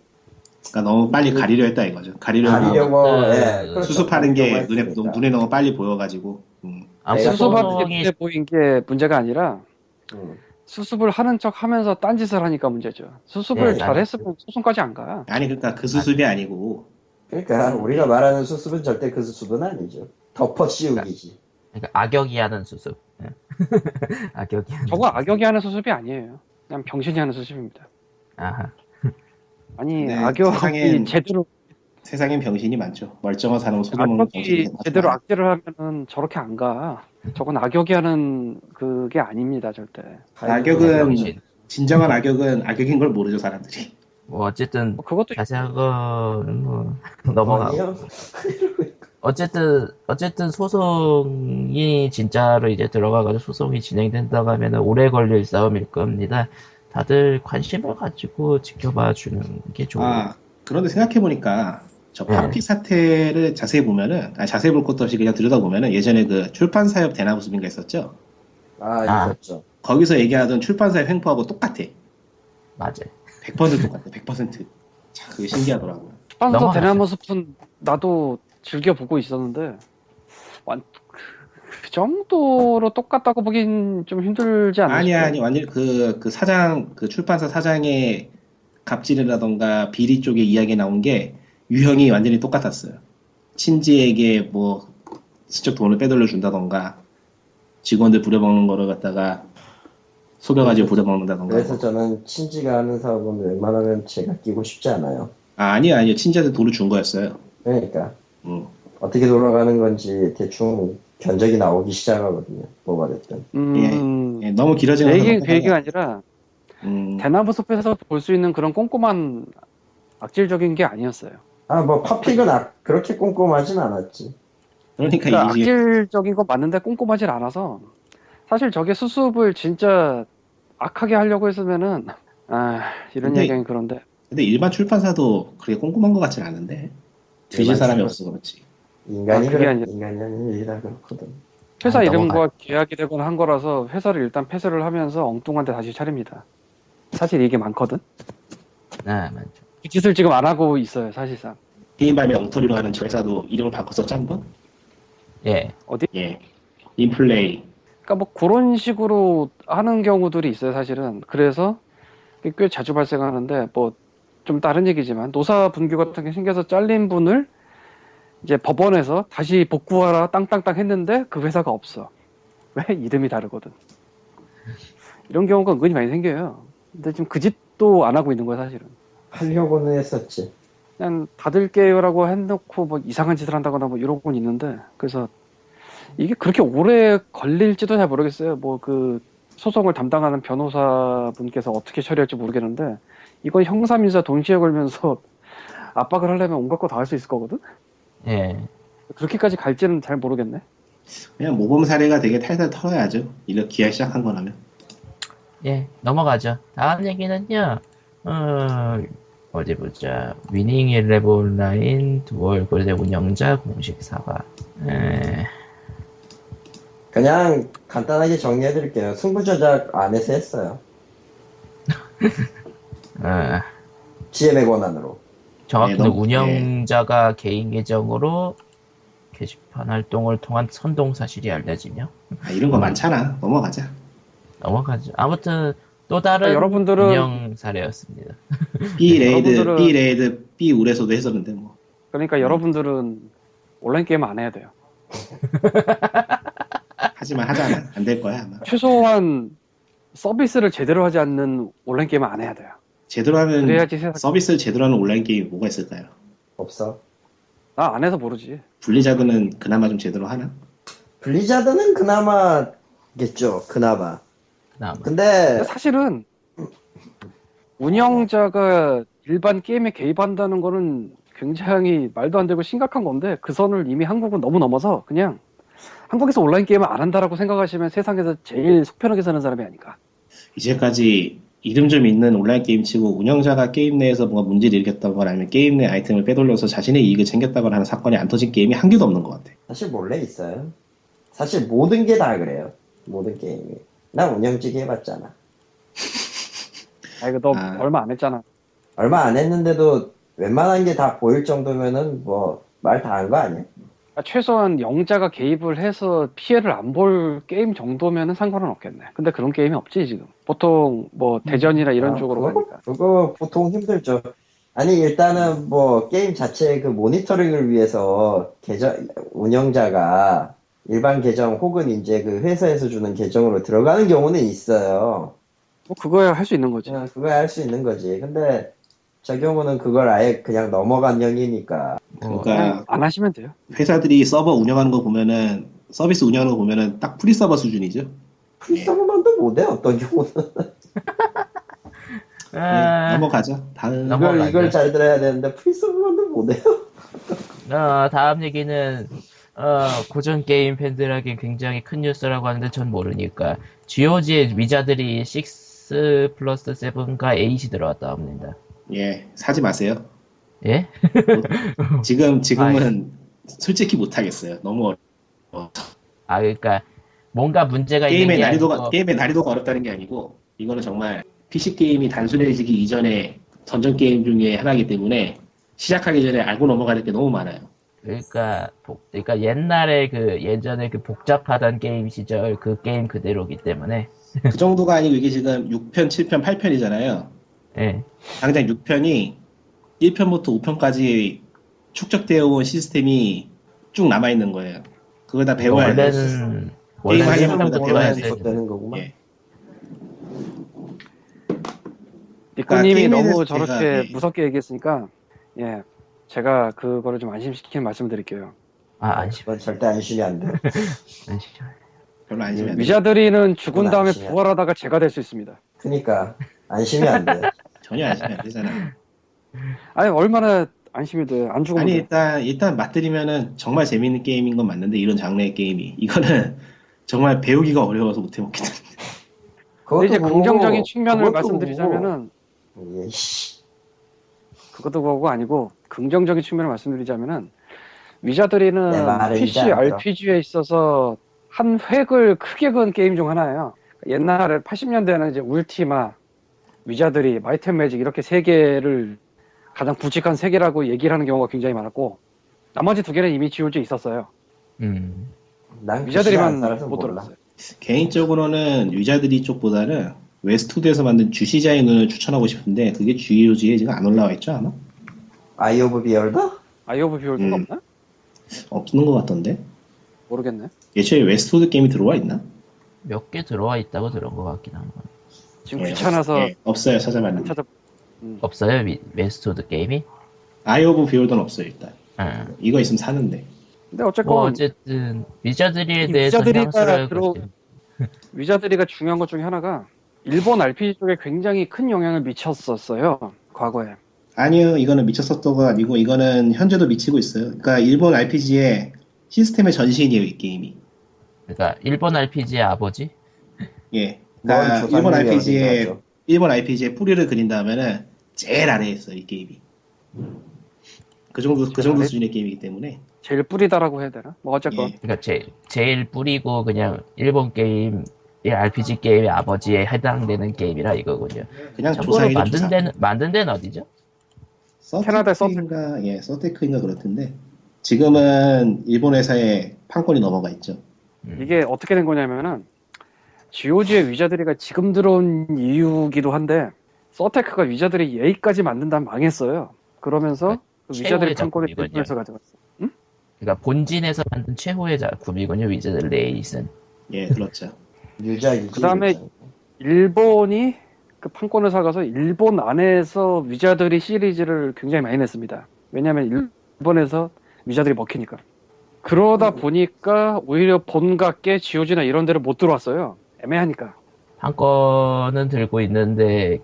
Speaker 3: 그러니까 너무 빨리 가리려 했다 이거죠 가리려
Speaker 1: 아,
Speaker 3: 하고
Speaker 2: 가리려고
Speaker 1: 네,
Speaker 2: 예, 그렇죠.
Speaker 3: 수습하는 게 눈에
Speaker 2: 가리려고
Speaker 3: 눈에 너무 빨리 보여가지고 음.
Speaker 1: 아무튼
Speaker 2: 내가
Speaker 4: 네, 수습할
Speaker 1: 소송이
Speaker 4: 때 보인 게 문제가 아니라
Speaker 2: 음.
Speaker 4: 수습을 하는 척 하면서 딴짓을 하니까 문제죠. 수습을
Speaker 1: 네,
Speaker 4: 잘했으면 소송까지 안 가.
Speaker 3: 아니 그러니까 그 수습이 아니고
Speaker 2: 그러니까 우리가 말하는 수습은 절대 그 수습은 아니죠. 덮어 씌우기지.
Speaker 1: 그러니까 악역이 하는 수습. 예. 악역이 하는
Speaker 4: 저거
Speaker 1: 수습.
Speaker 4: 악역이 하는 수습이 아니에요. 그냥 병신이 하는 수습입니다.
Speaker 1: 아하.
Speaker 4: 아니
Speaker 3: 네,
Speaker 4: 악역이
Speaker 3: 세상엔
Speaker 4: 제대로
Speaker 3: 세상엔 병신이 많죠 멀쩡한 사람은 속여먹는
Speaker 4: 악역이
Speaker 3: 병신이 많다.
Speaker 4: 제대로 악재를 하면은 저렇게 안 가. 저건 악역이 하는 그게 아닙니다 절대.
Speaker 1: 네,
Speaker 3: 악역은 진정한 악역은 악역인 걸 모르죠 사람들이.
Speaker 1: 뭐 어쨌든
Speaker 4: 뭐 그것도
Speaker 1: 자세한 건 뭐 넘어가고
Speaker 2: 아니요.
Speaker 1: 어쨌든 어쨌든 소송이 진짜로 이제 들어가가지고 소송이 진행된다고 하면 오래 걸릴 싸움일 겁니다. 다들 관심을 가지고 지켜봐 주는 게 좋은
Speaker 3: 아 그런데 생각해 보니까 저
Speaker 1: 네.
Speaker 3: 팝픽 사태를 자세히 보면은 아 자세히 볼 것도 없이 그냥 들여다 보면은 예전에 그 출판 사협 대나무숲인가 있었죠.
Speaker 2: 아,
Speaker 1: 아.
Speaker 2: 있었죠.
Speaker 3: 거기서 얘기하던 출판 사협 횡포하고 똑같아.
Speaker 1: 맞아.
Speaker 3: 100% 똑같아. 100%. 참 그게 신기하더라고요.
Speaker 4: 판서
Speaker 1: 넘어가죠.
Speaker 4: 대나무 숲은 나도 즐겨 보고 있었는데 완, 그, 그 정도로 똑같다고 보긴 좀 힘들지 않나요?
Speaker 3: 아니 아니 완전 그그 사장 그 출판사 사장의 갑질이라던가 비리 쪽에 이야기 나온 게 유형이 완전히 똑같았어요. 친지에게 뭐 슬쩍 돈을 빼돌려 준다던가 직원들 부려먹는 거를 갖다가 속여가지고 부려먹는다던가
Speaker 2: 그래서 저는 친지가 하는 사업은 웬만하면 제가 끼고 싶지 않아요.
Speaker 3: 아, 아니요 아니요 친지한테 돈을 준 거였어요.
Speaker 2: 그러니까
Speaker 3: 음.
Speaker 2: 어떻게 돌아가는 건지 대충 견적이 나오기 시작하거든요. 뭐가 됐든.
Speaker 4: 음,
Speaker 3: 예, 너무 길어지는
Speaker 4: 내
Speaker 3: 건
Speaker 4: 얘기 그
Speaker 3: 똑같아요.
Speaker 4: 얘기가 아니라
Speaker 3: 음,
Speaker 4: 대나무 숲에서 볼 수 있는 그런 꼼꼼한 악질적인 게 아니었어요.
Speaker 2: 아 뭐 파픽은 아, 그렇게 꼼꼼하진 않았지.
Speaker 3: 그러니까
Speaker 4: 그러니까
Speaker 3: 이게
Speaker 4: 악질적인 건 맞는데 꼼꼼하질 않아서 사실 저게 수습을 진짜 악하게 하려고 했으면은 아 이런
Speaker 3: 근데-
Speaker 4: 얘기는 그런데
Speaker 3: 근데 일반 출판사도 그렇게 꼼꼼한 것 같진 않은데 뒤질
Speaker 2: 일반
Speaker 3: 사람이
Speaker 2: 출판-
Speaker 3: 없어 그렇지.
Speaker 2: 인간이
Speaker 4: 아, 그게
Speaker 2: 그래
Speaker 4: 아니라-
Speaker 2: 인간이 아닌 일이라 그렇거든.
Speaker 4: 회사
Speaker 1: 아,
Speaker 4: 이름과
Speaker 1: 넘어가요.
Speaker 4: 계약이 되거나 한 거라서 회사를 일단 폐쇄를 하면서 엉뚱한 데 다시 차립니다. 사실 이게 많거든.
Speaker 1: 네, 맞죠.
Speaker 4: 그 짓을 지금 안 하고 있어요, 사실상.
Speaker 3: 개인 발매 엉터리로 하는 저 회사도 이름을 바꿨었죠 한 번?
Speaker 1: 예.
Speaker 3: 예. 인플레이.
Speaker 4: 그러니까 뭐 그런 식으로 하는 경우들이 있어요, 사실은. 그래서 이게 꽤 자주 발생하는데 뭐 좀 다른 얘기지만 노사 분규 같은 게 생겨서 잘린 분을 이제 법원에서 다시 복구하라 땅땅땅 했는데 그 회사가 없어. 왜 이름이 다르거든. 이런 경우가 은근히 많이 생겨요. 근데 지금 그 짓도 안 하고 있는 거야, 사실은.
Speaker 2: 하려고는 했었지.
Speaker 4: 그냥 받을게요라고 해놓고 뭐 이상한 짓을 한다거나 뭐 이런 건 있는데 그래서 이게 그렇게 오래 걸릴지도 잘 모르겠어요. 뭐 그 소송을 담당하는 변호사 분께서 어떻게 처리할지 모르겠는데 이건 형사 민사 동시에 걸면서 압박을 하려면 온갖 거 다 할 수 있을 거거든.
Speaker 1: 예.
Speaker 4: 그렇게까지 갈지는 잘 모르겠네.
Speaker 3: 그냥 모범 사례가 되게 탈탈 털어야죠. 이렇게 기아 시작한 거라면.
Speaker 1: 예. 넘어가죠. 다음 얘기는요. 어, 어디 보자. 위닝 일레브 온라인 두월 고대 운영자 공식 사과. 예.
Speaker 2: 그냥 간단하게 정리해드릴게요. 승부조작 안에서 했어요.
Speaker 1: 어.
Speaker 2: GM의 권한으로.
Speaker 1: 정확히는
Speaker 3: 네, 너무-
Speaker 1: 운영자가 개인 계정으로 게시판 활동을 통한 선동 사실이 알려지며
Speaker 3: 아, 이런 거 많잖아. 넘어가자.
Speaker 1: 넘어가죠. 아무튼 또 다른
Speaker 4: 아, 여러분들은-
Speaker 1: 운영 사례였습니다.
Speaker 3: B
Speaker 4: 네,
Speaker 3: 레이드,
Speaker 4: 여러분들은-
Speaker 3: B 레이드, B 우레소도 했었는데 뭐.
Speaker 4: 그러니까 여러분들은 온라인 게임 안 해야 돼요.
Speaker 3: 하지만 하잖아. 안 될 거야 아마.
Speaker 4: 최소한 서비스를 제대로 하지 않는 온라인 게임 안 해야 돼요.
Speaker 3: 제대로 하는
Speaker 4: 그래야지 세상
Speaker 3: 서비스를 제대로 하는 온라인 게임이 뭐가 있을까요?
Speaker 2: 없어.
Speaker 4: 나안 해서 모르지.
Speaker 3: 블리자드는 그나마 좀 제대로 하나?
Speaker 2: 블리자드는 그나마겠죠. 그나마.
Speaker 1: 그나마.
Speaker 2: 근데
Speaker 4: 근데 사실은 운영자가 일반 게임에 개입한다는 거는 굉장히 말도 안 되고 심각한 건데 그 선을 이미 한국은 너무 넘어서 그냥 한국에서 온라인 게임을 안 한다라고 생각하시면 세상에서 제일 속편하게 사는 사람이 아닐까.
Speaker 3: 이제까지 이름 좀 있는 온라인 게임 치고 운영자가 게임 내에서 뭔가 문제를 일으켰다거나 아니면 게임 내 아이템을 빼돌려서 자신의 이익을 챙겼다거나 하는 사건이 안 터진 게임이 한 개도 없는 것 같아.
Speaker 2: 사실 몰래 있어요. 사실 모든 게 다 그래요. 모든 게임이. 난 운영직 해봤잖아.
Speaker 4: 아 이거 너
Speaker 3: 아.
Speaker 4: 얼마 안 했잖아.
Speaker 2: 얼마 안 했는데도 웬만한 게 다 보일 정도면은 뭐 말 다 한 거 아니야?
Speaker 4: 그러니까 최소한 영자가 개입을 해서 피해를 안 볼 게임 정도면은 상관은 없겠네. 근데 그런 게임이 없지 지금. 보통 뭐 대전이나 이런
Speaker 2: 아,
Speaker 4: 쪽으로
Speaker 2: 그거,
Speaker 4: 가니까.
Speaker 2: 그거 보통 힘들죠. 아니 일단은 뭐 게임 자체의 그 모니터링을 위해서 계정 운영자가 일반 계정 혹은 이제 그 회사에서 주는 계정으로 들어가는 경우는 있어요.
Speaker 4: 뭐 그거야 할 수 있는 거지.
Speaker 2: 어, 그거야 할 수 있는 거지. 근데 저 경우는 그걸 아예 그냥 넘어간 형이니까.
Speaker 1: 뭐,
Speaker 3: 그러니까
Speaker 4: 그냥 안 하시면 돼요.
Speaker 3: 회사들이 서버 운영하는 거 보면은 서비스 운영하는 거 보면은 딱 프리 서버 수준이죠.
Speaker 4: 네.
Speaker 5: 프리서버만도 못해 어떤 경우는
Speaker 3: 네,
Speaker 1: 아,
Speaker 3: 넘어가죠. 다음
Speaker 1: 넘어-
Speaker 5: 이걸
Speaker 1: 넘어가죠.
Speaker 5: 이걸 잘 들어야 되는데 프리서버만도 못해요
Speaker 1: 어, 다음 얘기는 어, 고전 게임 팬들에게 굉장히 큰 뉴스라고 하는데 전 모르니까 GOG의 위자들이 6 플러스 7과 8이 들어왔다 합니다.
Speaker 3: 예 사지 마세요.
Speaker 1: 예?
Speaker 3: 지금 지금은 솔직히 못 하겠어요. 너무 어려워.
Speaker 1: 아 그러니까 뭔가 문제가 있는
Speaker 3: 게임의
Speaker 1: 게
Speaker 3: 난이도가
Speaker 1: 아니고
Speaker 3: 게임의 난이도가 어렵다는 게 아니고 이거는 정말 PC 게임이 단순해지기 이전에 던전 게임 중에 하나이기 때문에 시작하기 전에 알고 넘어가야 될 게 너무 많아요.
Speaker 1: 그러니까 복- 그러니까 옛날에 그 예전에 그 복잡하던 게임 시절 그 게임 그대로기 때문에
Speaker 3: 그 정도가 아니고 이게 지금 6편, 7편, 8편이잖아요.
Speaker 1: 예.
Speaker 3: 당장 6편이 1편부터 5편까지 축적되어 온 시스템이 쭉 남아 있는 거예요. 그걸 다 배워야 돼요.
Speaker 1: 어, 원래는
Speaker 5: 네,
Speaker 3: 게임
Speaker 1: 원래는
Speaker 3: 하려면
Speaker 1: 항상
Speaker 3: 다
Speaker 1: 배워야
Speaker 3: 배워야
Speaker 1: 돼.
Speaker 3: 되죠.
Speaker 5: 되는 거구만
Speaker 3: 예.
Speaker 4: 니코님이
Speaker 5: 그러니까
Speaker 3: 게임에
Speaker 4: 너무
Speaker 3: 대해서
Speaker 4: 저렇게
Speaker 3: 제가, 예.
Speaker 4: 무섭게 얘기했으니까 예 제가 그거를 좀 안심시키는 말씀드릴게요.
Speaker 1: 아 안심
Speaker 5: 그건 절대 안심이 안돼
Speaker 1: 안심.
Speaker 3: 별로 안심이 안 돼요.
Speaker 5: 예,
Speaker 4: 위자드리는 죽은
Speaker 5: 네. 그건
Speaker 4: 다음에
Speaker 5: 안심이야.
Speaker 4: 부활하다가 제가 될 수 있습니다.
Speaker 5: 그니까 그러니까 안심이 안돼
Speaker 3: 전혀 안심이 안 되잖아.
Speaker 4: 아니 얼마나 안심이 돼? 안 죽으면
Speaker 3: 아니
Speaker 4: 돼.
Speaker 3: 일단 일단 맛들이면은 정말 재밌는 게임인 건 맞는데 이런 장르의 게임이 이거는 정말 배우기가 어려워서 못 해먹겠다.
Speaker 5: 그것도
Speaker 4: 이제
Speaker 5: 그거고,
Speaker 4: 긍정적인 측면을
Speaker 5: 그것도
Speaker 4: 말씀드리자면은
Speaker 5: 그거고. 예, 씨.
Speaker 4: 그것도 그거고 아니고 긍정적인 측면을 말씀드리자면은 위자드리는
Speaker 5: 내 네, 말을
Speaker 4: PC
Speaker 5: 이제 알죠.
Speaker 4: RPG에 있어서 한 획을 크게 그은 게임 중 하나예요. 옛날에 80년대는 이제 울티마, 위자드리, 마이트 앤 매직 이렇게 세 개를 가장 굵직한 세 개라고 얘기를 하는 경우가 굉장히 많았고 나머지 두 개는 이미 지워져 있었어요.
Speaker 1: 음.
Speaker 5: 난
Speaker 4: 위자드리만
Speaker 5: 알아서
Speaker 4: 못
Speaker 5: 그 몰라
Speaker 4: 들었어요.
Speaker 3: 개인적으로는 유자들이 쪽보다는 웨스투드에서 만든 주시자인을 추천하고 싶은데 그게 GOG에 지금 안 올라와 있죠 아마?
Speaker 5: 아이 오브 비얼더?
Speaker 4: 아이 오브 비올드가
Speaker 3: 음.
Speaker 4: 없나?
Speaker 3: 없는 것 같던데?
Speaker 4: 모르겠네.
Speaker 3: 예초에 웨스트우드 게임이 들어와 있나?
Speaker 1: 몇 개 들어와 있다고 들은 것 같긴 한 거.
Speaker 4: 지금
Speaker 3: 예,
Speaker 4: 귀찮아서
Speaker 3: 없- 예, 없어요
Speaker 4: 안
Speaker 3: 찾아봤는데
Speaker 4: 찾아.
Speaker 1: 없어요 위- 웨스트우드 게임이?
Speaker 3: 아이 오브 비올던 없어요 일단
Speaker 1: 응.
Speaker 3: 이거 있으면 사는데
Speaker 4: 근데 어쨌건
Speaker 1: 뭐 어쨌든 위자드리에
Speaker 4: 이
Speaker 1: 대해서
Speaker 4: 위자드리가
Speaker 1: 향수를
Speaker 4: 들어-
Speaker 1: 그치.
Speaker 4: 위자드리가 중요한 것 중에 하나가 일본 RPG 쪽에 굉장히 큰 영향을 미쳤었어요. 과거에.
Speaker 3: 아니요 이거는 미쳤었던거 아니고 이거는 현재도 미치고 있어요 그러니까 일본 RPG의 시스템의 전신이에요 이 게임이
Speaker 1: 그러니까 일본 RPG의 아버지?
Speaker 3: 예 그러니까
Speaker 5: 뭔
Speaker 3: 일본
Speaker 5: 뭐 조상님이
Speaker 3: RPG의
Speaker 5: 어딘가죠.
Speaker 3: 일본 RPG의 뿌리를 그린 다음에는 제일 아래에 있어요 이 게임이 그 정도 그 정도
Speaker 5: 네.
Speaker 4: 아래?
Speaker 3: 수준의 게임이기 때문에
Speaker 4: 제일 뿌리다라고 해야 되나? 뭐 어쨌건
Speaker 3: 예.
Speaker 1: 그러니까 제, 제일 뿌리고 그냥 일본 게임 이 RPG 게임의 아버지에 해당되는 게임이라 이거군요.
Speaker 3: 그냥
Speaker 1: 참고로
Speaker 3: 조상이죠
Speaker 1: 만든
Speaker 3: 조상
Speaker 1: 데는 만든 데는 어디죠?
Speaker 4: 캐나다의
Speaker 3: 서테크인가 예 서테크인가 그렇던데 지금은 일본 회사에 판권이 넘어가 있죠
Speaker 1: 음.
Speaker 4: 이게 어떻게 된 거냐면은 GOG의 위자드리가 지금 들어온 이유기도 한데 서테크가 위자드리 A까지 만든다면 망했어요. 그러면서 그
Speaker 1: 네. 최후의
Speaker 4: 위자드리 판권을
Speaker 1: 작품이군요.
Speaker 4: 일본에서 가져갔어요.
Speaker 1: 그러니까 본진에서 만든 최후의 작품이군요. 위자드 레이슨.
Speaker 3: 예 그렇죠
Speaker 5: 유작이지
Speaker 4: 그다음에
Speaker 5: 유작.
Speaker 4: 일본이 그 판권을 사가서 일본 안에서 위자드리 시리즈를 굉장히 많이 냈습니다. 왜냐하면 일본에서 위자들이 먹히니까. 그러다 보니까 오히려 본각계 지오지나 이런 데를 못 들어왔어요. 애매하니까.
Speaker 1: 판권은 들고 있는데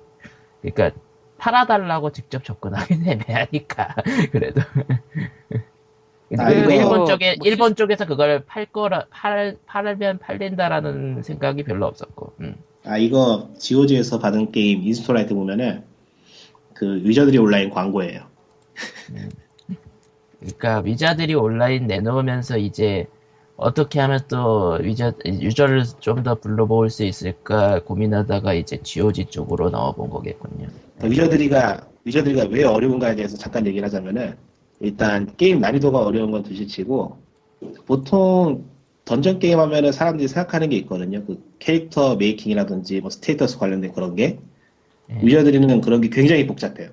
Speaker 1: 그러니까 팔아달라고 직접 접근하기는 애매하니까 그래도
Speaker 3: 아,
Speaker 1: 그리고
Speaker 3: 이거-
Speaker 1: 일본 쪽에
Speaker 4: 뭐 시-
Speaker 1: 일본 쪽에서 그걸 팔 거라 팔 팔면 팔린다라는 생각이 별로 없었고 음.
Speaker 3: 아 이거 GOG에서 받은 게임 인스톨라이트 보면은 그 유저들이 온라인 광고예요.
Speaker 1: 그러니까 위자들이 온라인 내놓으면서 이제 어떻게 하면 또 위자 유저를 좀 더 불러모을 수 있을까 고민하다가 이제 GOG 쪽으로 넣어본 거겠군요.
Speaker 3: 그러니까 유저들이가 유저들이가 왜 어려운가에 대해서 잠깐 얘기를 하자면은 일단 게임 난이도가 어려운 건 둘째치고 보통 던전 게임 하면은 사람들이 생각하는 게 있거든요. 그 캐릭터 메이킹이라든지 뭐 스테이터스 관련된 그런 게
Speaker 1: 예.
Speaker 3: 유저들이는 그런 게 굉장히 복잡해요.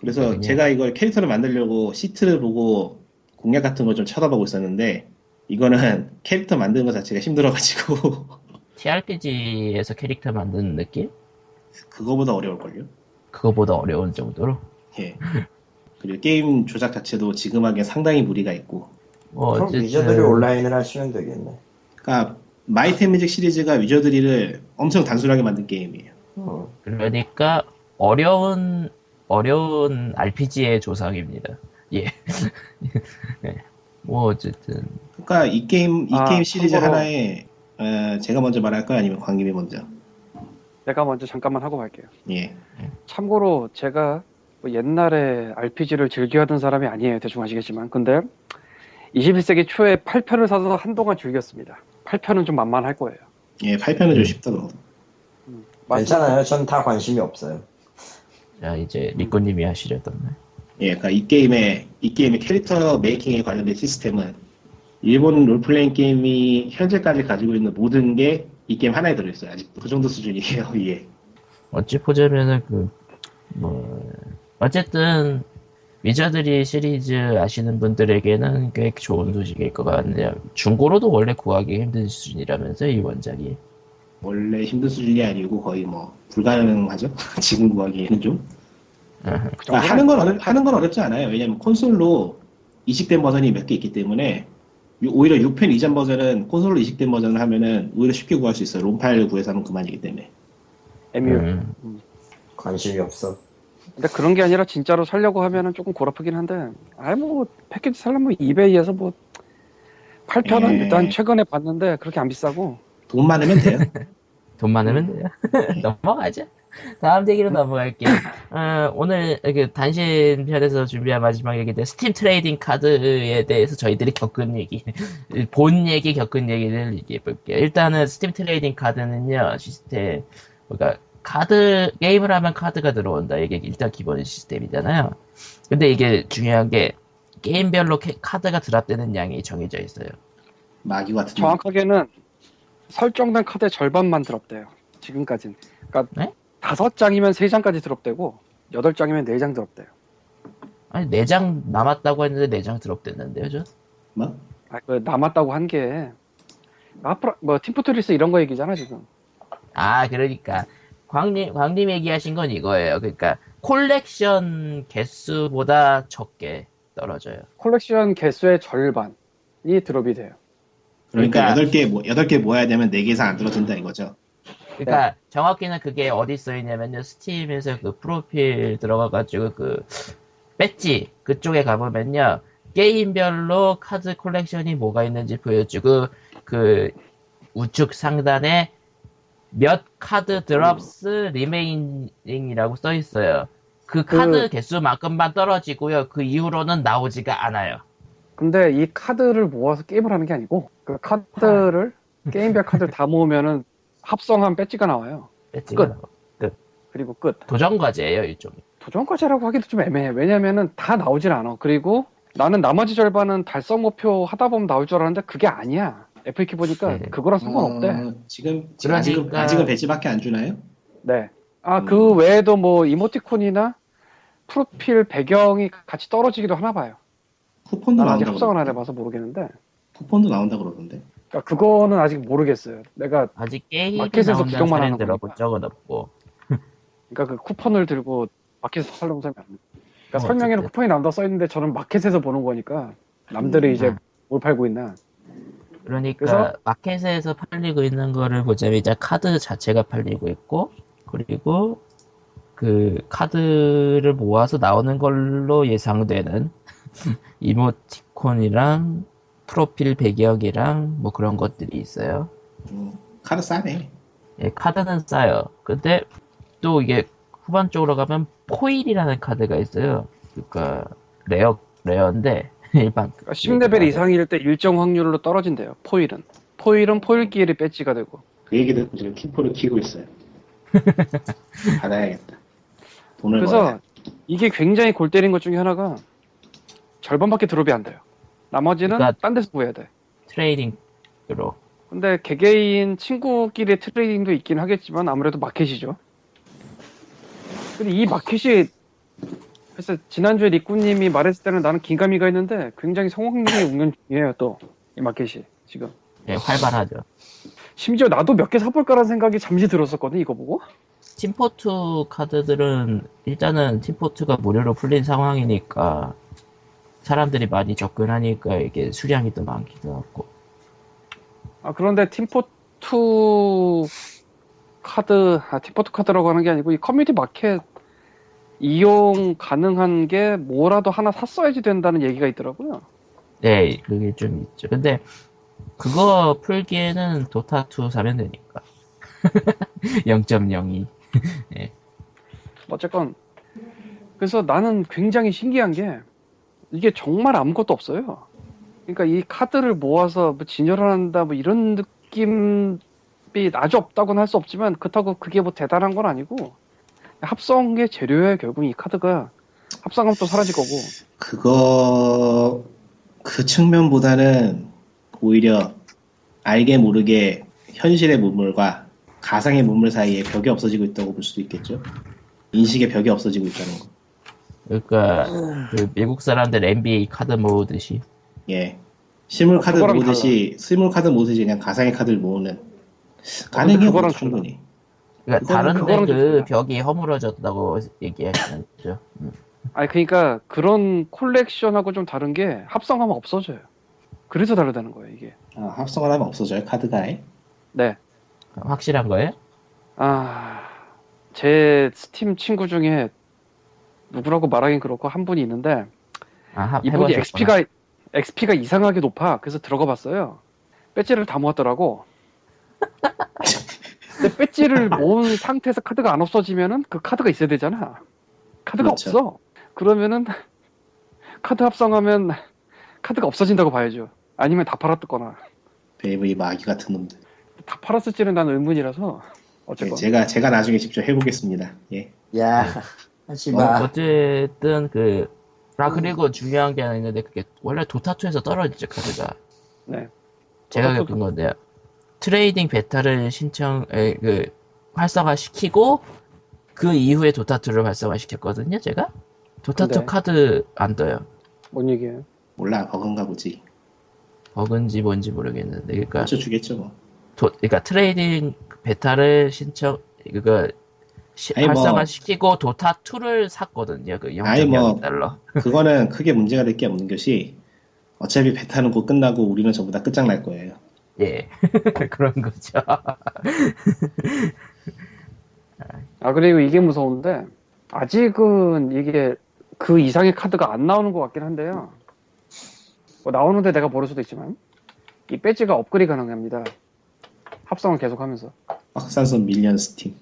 Speaker 3: 그래서
Speaker 1: 그러니까요.
Speaker 3: 제가 이걸 캐릭터를 만들려고 시트를 보고 공략 같은 걸 좀 쳐다보고 있었는데 이거는 캐릭터 만드는 것 자체가 힘들어가지고
Speaker 1: TRPG에서 캐릭터 만드는 느낌?
Speaker 3: 그거보다 어려울걸요?
Speaker 1: 그거보다 어려운 정도로?
Speaker 3: 예. 그리고 게임 조작 자체도 지금 하기엔 상당히 무리가 있고,
Speaker 1: 뭐
Speaker 5: 그럼
Speaker 1: 어쨌든
Speaker 5: 위저들이 온라인을 하시면 되겠네.
Speaker 3: 그러니까 마이템 매직 시리즈가 위저드리를 엄청 단순하게 만든 게임이에요.
Speaker 5: 어.
Speaker 1: 그러니까 어려운 어려운 RPG의 조상입니다. 예. 네. 뭐 어쨌든
Speaker 3: 그러니까 이 게임 이
Speaker 4: 아,
Speaker 3: 게임 시리즈
Speaker 4: 참고로-
Speaker 3: 하나에 어, 제가 먼저 말할까요? 아니면 광님이 먼저?
Speaker 4: 내가 먼저 잠깐만 하고 갈게요.
Speaker 3: 예.
Speaker 4: 참고로 제가 뭐 옛날에 RPG를 즐겨하던 사람이 아니에요. 대충 아시겠지만. 근데 21세기 초에 8편을 사서 한동안 즐겼습니다. 8편은 좀 만만할 거예요.
Speaker 3: 예, 8편은
Speaker 4: 음.
Speaker 3: 좀 쉽다 그러고.
Speaker 1: 어,
Speaker 5: 괜찮아요. 전 다 관심이 없어요.
Speaker 1: 자 이제 리코님이 하시려던
Speaker 3: 예, 그러니까 이 게임의 이 게임의 캐릭터 메이킹에 관련된 시스템은 일본 롤플레잉 게임이 현재까지 가지고 있는 모든 게 이 게임 하나에 들어있어요. 아직 그 정도 수준이에요. 예.
Speaker 1: 어찌 보자면은 그 뭐 어쨌든 위저들이 시리즈 아시는 분들에게는 꽤 좋은 소식일 것 같네요. 중고로도 원래 구하기 힘든 수준이라면서 이 원작이.
Speaker 3: 원래 힘든 수준이 아니고 거의 뭐 불가능하죠. 지금 구하기에는 좀.
Speaker 4: 그
Speaker 3: 그러니까
Speaker 4: 정도는
Speaker 3: 하는 건 어렵 하는 건 어렵지 않아요. 왜냐면 콘솔로 이식된 버전이 몇 개 있기 때문에 유- 오히려 6편 이전 버전은 콘솔로 이식된 버전을 하면은 오히려 쉽게 구할 수 있어요. 롬파일을 구해서 하면 그만이기 때문에.
Speaker 5: 예.
Speaker 4: MU.
Speaker 1: 음,
Speaker 5: 관심이 없어.
Speaker 4: 근데 그런 게 아니라 진짜로 살려고 하면은 조금 고라프긴 한데 아이 뭐 패키지 살려면 뭐 이베이에서 뭐 8편은
Speaker 3: 예.
Speaker 4: 일단 최근에 봤는데 그렇게 안 비싸고
Speaker 3: 돈 많으면 돼요.
Speaker 1: 돈 많으면 돼요. 넘어가자. 다음 얘기로 넘어갈게요. 어, 오늘 그 단신 편에서 준비한 마지막 얘기인데 스팀 트레이딩 카드에 대해서 저희들이 겪은 얘기, 본 얘기, 겪은 얘기를 얘기해 볼게요. 일단은 스팀 트레이딩 카드는요 시스템, 그러니까 카드 게임을 하면 카드가 들어온다 이게 일단 기본 시스템이잖아요. 근데 이게 중요한 게 게임별로 캐- 카드가 드랍되는 양이 정해져 있어요.
Speaker 3: 마귀 같은. 거.
Speaker 4: 정확하게는 설정된 카드의 절반만 드롭돼요 지금까지는 그러니까
Speaker 1: 네?
Speaker 4: 다섯 장이면 세 장까지 드롭되고 여덟 장이면 네 장 드롭돼요
Speaker 1: 아니 4장 남았다고 했는데 4장 드롭됐는데요, 저?
Speaker 3: 뭐?
Speaker 4: 아, 그 남았다고 한 게 앞으로 뭐 팀포트리스 이런 거 얘기잖아 지금
Speaker 1: 아, 그러니까. 광님, 광님 얘기하신 건 이거예요. 그러니까, 콜렉션 개수보다 적게 떨어져요.
Speaker 4: 콜렉션 개수의 절반이 드롭이 돼요
Speaker 3: 그러니까
Speaker 1: 그러니까-
Speaker 3: 여덟 개 모- 여덟 개 모아야 되면 네 개 이상 안 들어준다 이거죠.
Speaker 4: 네.
Speaker 1: 그러니까, 정확히는 그게 어디 써있냐면요. 스팀에서 그 프로필 들어가가지고 그, 배지, 그쪽에 가보면요. 게임별로 카드 콜렉션이 뭐가 있는지 보여주고, 그, 우측 상단에 몇 카드 드롭스 리메이닝이라고 써 있어요. 그 카드 개수만큼만 떨어지고요. 그 이후로는 나오지가 않아요.
Speaker 4: 근데 이 카드를 모아서 게임을 하는 게 아니고 그 카드를 게임별 카드를 다 모으면은 합성한 배지가 나와요.
Speaker 1: 배지가
Speaker 4: 끝.
Speaker 1: 나와요.
Speaker 4: 그리고 끝.
Speaker 1: 도전 과제예요, 일종의.
Speaker 4: 도전 과제라고 하기도 좀 애매해. 왜냐면은 다 나오질 않아. 그리고 나는 나머지 절반은 달성 목표 하다 보면 나올 줄 알았는데 그게 아니야. FAQ
Speaker 1: 네.
Speaker 4: 보니까 그거랑 상관없대.
Speaker 3: 어, 지금
Speaker 1: 그러니까-
Speaker 3: 아직은 아직은 배지밖에 안 주나요?
Speaker 4: 네. 아, 그 외에도 뭐 이모티콘이나 프로필 배경이 같이 떨어지기도 하나 봐요.
Speaker 3: 쿠폰도
Speaker 4: 난 아직
Speaker 3: 나온다.
Speaker 4: 합성을 안
Speaker 3: 그러-
Speaker 4: 해봐서 모르겠는데.
Speaker 3: 쿠폰도 나온다 그러던데.
Speaker 4: 그러니까 그거는 아직 모르겠어요. 내가
Speaker 1: 아직 게임이
Speaker 4: 마켓에서
Speaker 1: 나온다는
Speaker 4: 구경만
Speaker 1: 사례는
Speaker 4: 하는
Speaker 1: 들어본
Speaker 4: 거니까.
Speaker 1: 적은 없고.
Speaker 4: 그러니까 그 쿠폰을 들고 마켓에서 살려고 사람이 안 돼. 그러니까
Speaker 1: 어,
Speaker 4: 설명에는
Speaker 1: 어쨌든.
Speaker 4: 쿠폰이 남다 써 있는데 저는 마켓에서 보는 거니까 남들이
Speaker 3: 음,
Speaker 4: 이제
Speaker 1: 아.
Speaker 4: 뭘 팔고 있나.
Speaker 1: 그러니까
Speaker 4: 그래서?
Speaker 1: 마켓에서 팔리고 있는 거를 보자면 이제 카드 자체가 팔리고 있고 그리고 그 카드를 모아서 나오는 걸로 예상되는 이모티콘이랑 프로필 배경이랑 뭐 그런 것들이 있어요.
Speaker 3: 음, 카드 싸네.
Speaker 1: 예, 카드는 싸요. 근데 또 이게 후반 쪽으로 가면 포일이라는 카드가 있어요. 그러니까 레어 레어인데 일반
Speaker 4: 그러니까 10레벨 이상일 때 일정 확률로 떨어진대요. 포일은. 포일은 포일끼리 배지가 되고.
Speaker 1: 음,
Speaker 3: 그 얘기 듣고 지금 키포를 키고 있어요. 받아야겠다. 돈을 벌어야
Speaker 4: 그래서
Speaker 3: 돼.
Speaker 4: 이게 굉장히 골 때린 것 중에 하나가 절반밖에 드롭이 안 돼요. 나머지는
Speaker 1: 그러니까-
Speaker 4: 딴 데서 구해야 돼.
Speaker 1: 트레이딩으로
Speaker 4: 근데 개개인 친구끼리 트레이딩도 있긴 하겠지만 아무래도 마켓이죠. 근데 이 마켓이 그래서 지난주에 리꾸님이 말했을 때는 나는 긴가미가 했는데 굉장히 성황리에 운영 중이에요 또 이 마켓이 지금
Speaker 1: 예, 활발하죠.
Speaker 4: 심지어 나도 몇 개 사볼까라는 생각이 잠시 들었었거든 이거 보고
Speaker 1: 팀포트 카드들은 일단은 팀포트가 무료로 풀린 상황이니까 사람들이 많이 접근하니까 이게 수량이 또 많기도 하고.
Speaker 4: 아 그런데 팀포투 카드 아 팀포투 카드라고 하는 게 아니고 이 커뮤니티 마켓 이용 가능한 게 뭐라도 하나 샀어야지 된다는 얘기가 있더라고요.
Speaker 1: 네, 그게 좀 있죠. 근데 그거 풀기에는 도타2 사면 되니까. 0.02.
Speaker 4: 어쨌건 그래서 나는 굉장히 신기한 게 이게 정말 아무것도 없어요. 그러니까 이 카드를 모아서 뭐 진열을 한다 뭐 이런 느낌이 아주 없다고는 할 수 없지만 그렇다고 그게 뭐 대단한 건 아니고 합성의 재료에 결국 이 카드가 합성하면 또 사라질 거고
Speaker 3: 그거 그 측면보다는 오히려 알게 모르게 현실의 문물과 가상의 문물 사이에 벽이 없어지고 있다고 볼 수도 있겠죠. 인식의 벽이 없어지고 있다는 거.
Speaker 1: 그러니까
Speaker 4: 음.
Speaker 1: 그 미국 사람들 NBA 카드 모으듯이.
Speaker 3: 예. 실물
Speaker 4: 어,
Speaker 3: 카드
Speaker 4: 그거랑
Speaker 3: 모듯이 실물 카드 모듯이 그냥 가상의 카드를 모으는 가능해요 뭐
Speaker 4: 그거랑
Speaker 3: 충분히.
Speaker 1: 그러니까
Speaker 3: 그거는
Speaker 1: 다른데
Speaker 4: 그거랑 좀
Speaker 1: 그
Speaker 4: 달라.
Speaker 1: 벽이 허물어졌다고 얘기하는 거죠. 음.
Speaker 4: 아니 그러니까 그런 콜렉션하고 좀 다른 게 합성하면 없어져요. 그래서 다르다는 거예요 이게.
Speaker 3: 아, 합성을 하면 없어져요 카드가. 에
Speaker 4: 네.
Speaker 1: 확실한 거예요?
Speaker 4: 아, 제 스팀 친구 중에 누구라고 말하긴 그렇고 한 분이 있는데
Speaker 1: 아, 합-
Speaker 4: 이분이
Speaker 1: 해보셨구나.
Speaker 4: XP가 XP가 이상하게 높아 그래서 들어가 봤어요. 배지를 다 모았더라고. 근데 배지를 모은 상태에서 카드가 안 없어지면은 그 카드가 있어야 되잖아. 카드가
Speaker 3: 그렇죠.
Speaker 4: 없어. 그러면은 카드 합성하면 카드가 없어진다고 봐야죠. 아니면 다 팔았거나
Speaker 3: 베이브 이 마귀 같은 놈들.
Speaker 4: 다 팔았을지는 난 의문이라서 어쨌건
Speaker 3: 예, 제가 제가 나중에 직접 해보겠습니다. 예.
Speaker 5: 야,
Speaker 1: 어,
Speaker 5: 하지마.
Speaker 1: 어쨌든 그, 아,
Speaker 3: 음.
Speaker 1: 그리고 중요한 게 하나 있는데, 그게 원래 도타2에서 떨어지죠, 카드가.
Speaker 4: 네.
Speaker 1: 제가
Speaker 4: 도타2
Speaker 1: 겪은 건데요. 트레이딩 베타를 신청, 에, 그, 활성화시키고, 그 이후에 도타2를 활성화시켰거든요, 제가? 도타2
Speaker 3: 네.
Speaker 4: 근데?
Speaker 1: 카드 안 떠요.
Speaker 4: 뭔 얘기예요?
Speaker 3: 몰라 버건가 보지.
Speaker 1: 버그인지 뭔지 모르겠는데, 그러니까,
Speaker 3: 맞춰 주겠죠 뭐.
Speaker 1: 도, 그러니까 트레이딩 베타를 신청, 그거, 시-
Speaker 3: 아니, 뭐.
Speaker 1: 활성화시키고 도타2를 샀거든요, 그
Speaker 3: 아니, 뭐.
Speaker 1: 0.02달러.
Speaker 3: 그거는 크게 문제가 될 게 없는 것이 어차피 베타는 곧 끝나고 우리는 전부 다 끝장날 거예요.
Speaker 1: 예. 그런 거죠.
Speaker 4: 아 그리고 이게 무서운데 아직은 이게 그 이상의 카드가 안 나오는 것 같긴 한데요. 뭐 나오는데 내가 모를 수도 있지만 이 배지가 업그레이드 가능합니다. 합성을 계속하면서
Speaker 3: 확산선 밀리언 스팀.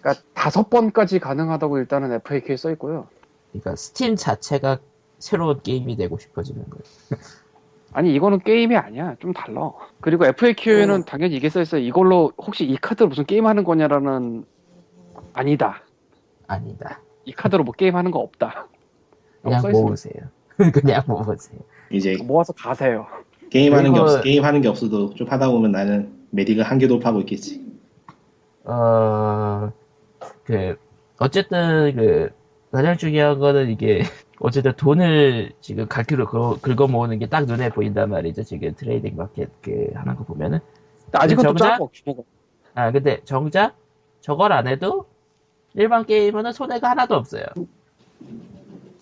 Speaker 4: 그러니까 다섯 번까지 가능하다고 일단은 FAQ에 써 있고요.
Speaker 1: 그러니까 스팀 자체가 새로운 게임이 되고 싶어지는 거예요.
Speaker 4: 아니 이거는 게임이 아니야. 좀 달라. 그리고 FAQ에는 당연히 이게 써 있어요. 이걸로 혹시 이 카드로 무슨 게임 하는 거냐라는 아니다.
Speaker 1: 아니다.
Speaker 4: 이 카드로 뭐 게임 하는 거 없다.
Speaker 1: 그냥
Speaker 4: 써 있습니다.
Speaker 1: 모으세요. 그냥 모으세요.
Speaker 3: 이제
Speaker 4: 모아서 가세요.
Speaker 3: 게임하는 게
Speaker 1: 그거-
Speaker 3: 없어 게임하는 게 없어도 좀 하다 보면 나는 메디가 한개 돌파하고 있겠지.
Speaker 1: 어, 그, 어쨌든 그, 가장 중요한 거는 이게, 어쨌든 돈을 지금 갈퀴로 긁- 긁어 모으는 게 딱 눈에 보인단 말이죠. 지금 트레이딩 마켓 그, 하는 거 보면은.
Speaker 4: 근데 아직은 또
Speaker 1: 정작-
Speaker 4: 작아 규모가.
Speaker 1: 아, 근데 정작 저걸 안 해도 일반 게임은 손해가 하나도 없어요.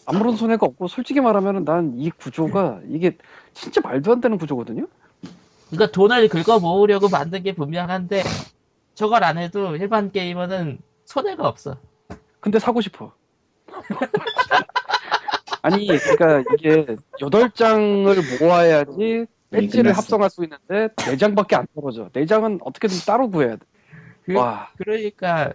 Speaker 4: 아무런 손해가 없고 솔직히 말하면 난 이 구조가 이게 진짜 말도 안 되는 구조거든요.
Speaker 1: 그러니까 돈을 긁어 모으려고 만든 게 분명한데 저걸 안 해도 일반 게이머는 손해가 없어.
Speaker 4: 근데 사고 싶어. 아니 그러니까 이게 여덟 장을 모아야지
Speaker 3: 네, 끝났어.
Speaker 4: 배지를 합성할 수 있는데 네 장밖에 안 떨어져. 네 장은 어떻게든 따로 구해야 돼.
Speaker 1: 그-
Speaker 4: 와
Speaker 1: 그러니까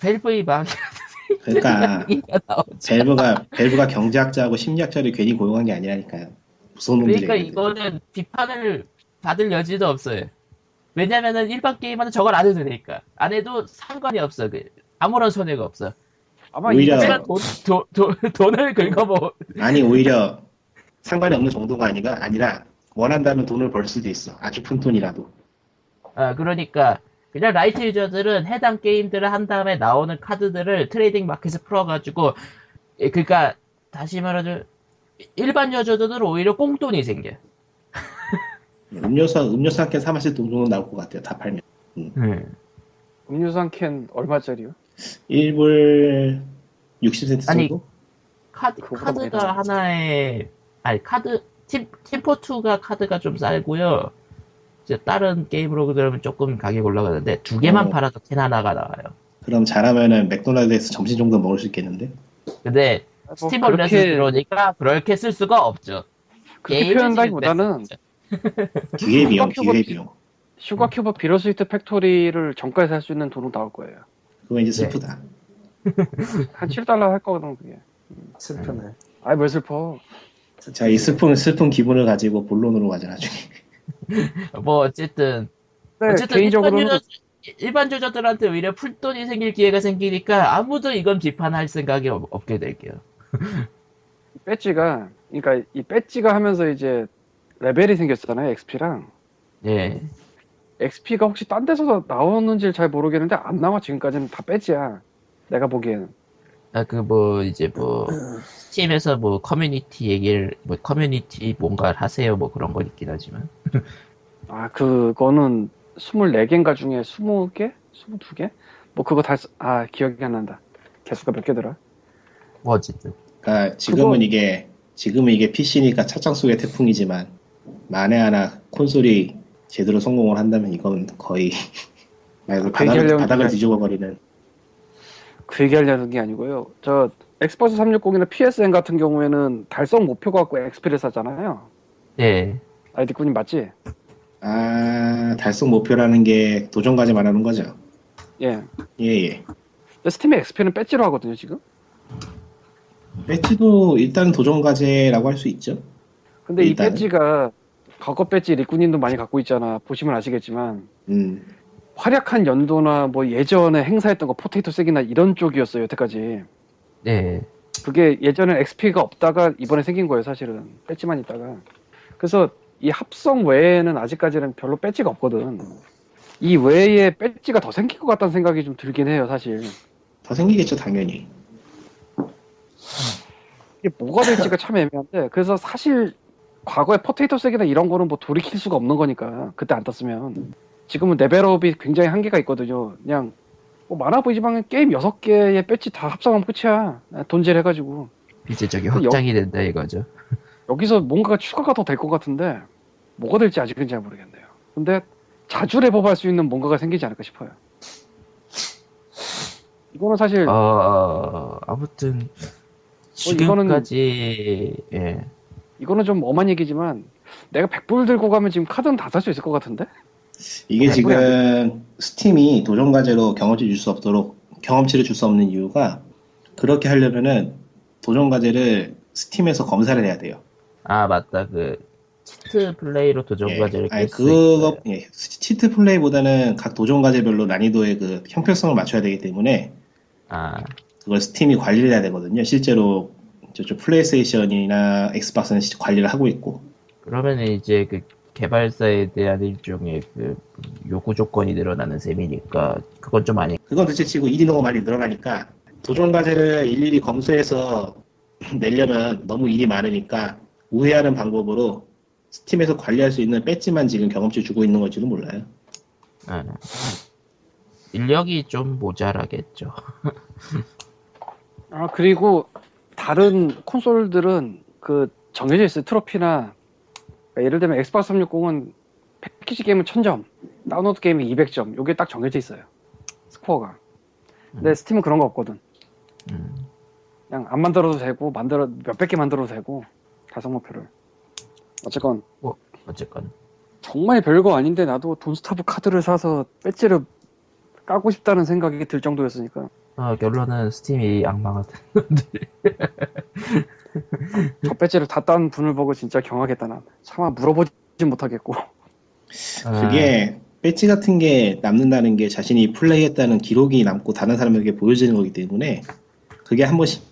Speaker 1: 벨브이 막
Speaker 3: 그러니까
Speaker 1: 얘기가 나오지.
Speaker 3: 벨브가 벨브가 경제학자하고 심리학자를 괜히 고용한 게 아니라니까요. 무서운 놈들이.
Speaker 1: 그러니까 이거는 비판을 받을 여지도 없어요. 왜냐면은 일반 게이머는 저걸 안 해도 되니까 안 해도 상관이 없어. 그 아무런 손해가 없어.
Speaker 4: 아마
Speaker 3: 오히려-
Speaker 4: 이게
Speaker 1: 하지만 돈, 돈, 돈, 돈을 긁어 모으.
Speaker 3: 아니 오히려 상관이 없는 정도가 아니라 아니라 원한다면 돈을 벌 수도 있어. 아주 푼 돈이라도.
Speaker 1: 아, 그러니까 그냥 라이트 유저들은 해당 게임들을 한 다음에 나오는 카드들을 트레이딩 마켓에 풀어가지고 예, 그러니까 다시 말하자면 일반 여자들은 오히려 꽁돈이 생겨.
Speaker 3: 음료수 음료수 한 캔 사 마실 돈 정도 나올 것 같아요. 다 팔면.
Speaker 4: 네. 음료수 한 캔 얼마짜리요?
Speaker 3: 일불 60센트 정도?
Speaker 1: 아니, 카드,
Speaker 4: 그거보다 많이
Speaker 1: 카드가
Speaker 4: 나왔지.
Speaker 1: 하나에, 아니, 카드, 팀, 팀포2가 카드가 좀 싸고요. 이제 다른 게임으로 그러면 조금 가격 올라가는데, 두 개만
Speaker 3: 음.
Speaker 1: 팔아도 캔 하나가 나와요.
Speaker 3: 그럼 잘하면은 맥도날드에서 점심 정도 먹을 수 있겠는데?
Speaker 1: 근데
Speaker 4: 뭐
Speaker 1: 스팀을 그렇게... 들어오니까 그렇게 쓸 수가 없죠.
Speaker 4: 그렇게
Speaker 1: 게임의 재미가
Speaker 4: 표현하기보다는
Speaker 1: 있어요.
Speaker 3: 기회 비용,
Speaker 4: 슈퍼
Speaker 3: 기회 비용.
Speaker 4: 슈가 큐브 비러스위트 팩토리를 정가에서 할 수 있는 돈으로 나올 거예요.
Speaker 3: 그거 이제 슬프다.
Speaker 4: 한 7달러 할 거거든 그게.
Speaker 5: 슬프네.
Speaker 4: 아이 뭘 슬퍼.
Speaker 3: 자, 이 슬픈 슬픈 기분을 가지고 본론으로 가자 나중에.
Speaker 1: 뭐 어쨌든
Speaker 4: 네,
Speaker 1: 어쨌든
Speaker 4: 개인적으로는
Speaker 1: 일반, 유저, 일반 유저들한테 오히려 풀돈이 생길 기회가 생기니까 아무도 이건 비판할 생각이 없, 없게 될게요.
Speaker 4: 배지가 그러니까 이 배지가 하면서 이제 레벨이 생겼잖아요 XP랑
Speaker 1: 예.
Speaker 4: XP가 혹시 딴 데서 나오는지 잘 모르겠는데 안 나와 지금까지는 다 배지야 내가 보기에는
Speaker 1: 아 그 뭐 이제 뭐 스팀에서 뭐 커뮤니티 얘기를 뭐 커뮤니티 뭔가 하세요 뭐 그런 건 있긴 하지만
Speaker 4: 아 그거는 24개인가 중에 20개? 22개? 뭐 그거 다 아 기억이 안 난다 개수가 몇 개더라
Speaker 1: 뭐 어쨌든
Speaker 3: 그러니까 지금은
Speaker 4: 그거-
Speaker 3: 이게 지금은 이게 PC니까 차창 속의 태풍이지만 만에 하나 콘솔이 제대로 성공을 한다면 이건 거의 말 그대로 바닥을,
Speaker 4: 해결력은
Speaker 3: 바닥을
Speaker 4: 그냥-
Speaker 3: 뒤집어 버리는
Speaker 4: 그 얘기하려는 게 아니고요 저 엑스박스 360이나 PSN 같은 경우에는 달성 목표 갖고 XP를 사잖아요
Speaker 1: 예.
Speaker 4: 아이디꾼님 맞지?
Speaker 3: 아 달성 목표라는 게 도전까지 말하는 거죠.
Speaker 4: 예
Speaker 3: 예예.
Speaker 4: 근데 스팀의 XP는 배지로 하거든요 지금
Speaker 3: 배치도 일단 도전 과제라고 할 수 있죠.
Speaker 4: 근데 이
Speaker 3: 일단은.
Speaker 4: 배지가 과거 배지 리꾸님도 많이 갖고 있잖아 보시면 아시겠지만
Speaker 3: 음
Speaker 4: 활약한 연도나 뭐 예전에 행사했던 거 포테이토 색이나 이런 쪽이었어요 여태까지
Speaker 1: 네.
Speaker 4: 그게 예전에 XP가 없다가 이번에 생긴 거예요 사실은 배지만 있다가 그래서 이 합성 외에는 아직까지는 별로 배지가 없거든 이 외에 배지가 더 생길 것 같다는 생각이 좀 들긴 해요 사실
Speaker 3: 더 생기겠죠 당연히.
Speaker 4: 이게 뭐가 될지가 참 애매한데 그래서 사실 과거에 포테이토 색이나 이런 거는 뭐 돌이킬 수가 없는 거니까 그때 안 땄으면 지금은 레벨업이 굉장히 한계가 있거든요 그냥 뭐 만화 보이지만 게임 6개의 배지 다 합성하면 끝이야 돈질 해가지고
Speaker 1: 이제 저기
Speaker 4: 그
Speaker 1: 확장이 된다 이거죠.
Speaker 4: 여기서 뭔가 추가가 더 될 것 같은데 뭐가 될지 아직은 잘 모르겠네요 근데 자주 레벨업할 수 있는 뭔가가 생기지 않을까 싶어요 이거는 사실
Speaker 1: 아. 어 아무튼
Speaker 4: 네. 어, 이거는-
Speaker 1: 지금까지 예.
Speaker 4: 이거는 좀 엄한 얘기지만 내가 100불 들고 가면 지금 카드는 다 살 수 있을 것 같은데
Speaker 3: 이게
Speaker 4: 어,
Speaker 3: 지금 스팀이 도전 과제로 경험치 줄 수 없도록 경험치를 줄 수 없는 이유가 그렇게 하려면은 도전 과제를 스팀에서 검사를 해야 돼요.
Speaker 1: 아 맞다 그 치트 플레이로 도전
Speaker 3: 예.
Speaker 1: 과제를
Speaker 3: 아니,
Speaker 1: 깰 수 있어요.
Speaker 3: 그거 예. 치트 플레이보다는 각 도전 과제별로 난이도의 그 형평성을 맞춰야 되기 때문에
Speaker 1: 아
Speaker 3: 그걸 스팀이 관리를 해야 되거든요. 실제로 저쪽 플레이스테이션이나 엑스박스는 시- 관리를 하고 있고
Speaker 1: 그러면 이제 그 개발사에 대한 일종의 그 요구 조건이 늘어나는 셈이니까 그건 좀 아니.
Speaker 3: 그건 둘째 치고 일이 너무 많이 늘어나니까 도전 과제를 일일이 검수해서 내려면 너무 일이 많으니까 우회하는 방법으로 스팀에서 관리할 수 있는 배지만 지금 경험치 주고 있는 건지도 몰라요.
Speaker 1: 아, 인력이 좀 모자라겠죠.
Speaker 4: 아 그리고 다른 콘솔들은 그 정해져 있어요 트로피나 그러니까 예를 들면 엑스박스 360은 패키지 게임은 1000점 다운로드 게임이 200점 요게 딱 정해져 있어요 스코어가 근데
Speaker 1: 음.
Speaker 4: 스팀은 그런 거 없거든
Speaker 1: 음,
Speaker 4: 그냥 안 만들어도 되고 만들어 몇백 개 만들어도 되고 달성 목표를 어쨌건
Speaker 1: 어쨌건
Speaker 4: 정말 별거 아닌데 나도 돈스타브 카드를 사서 배지를 까고 싶다는 생각이 들 정도였으니까
Speaker 1: 아, 결론은 스팀이 악마가 된-
Speaker 4: 저 배지를 다 딴 분을 보고 진짜 경하겠다 난 차마 물어보진 못하겠고
Speaker 1: 아,
Speaker 3: 그게 배지 같은 게 남는다는 게 자신이 플레이했다는 기록이 남고 다른 사람에게 보여지는 거기 때문에 그게 한 번씩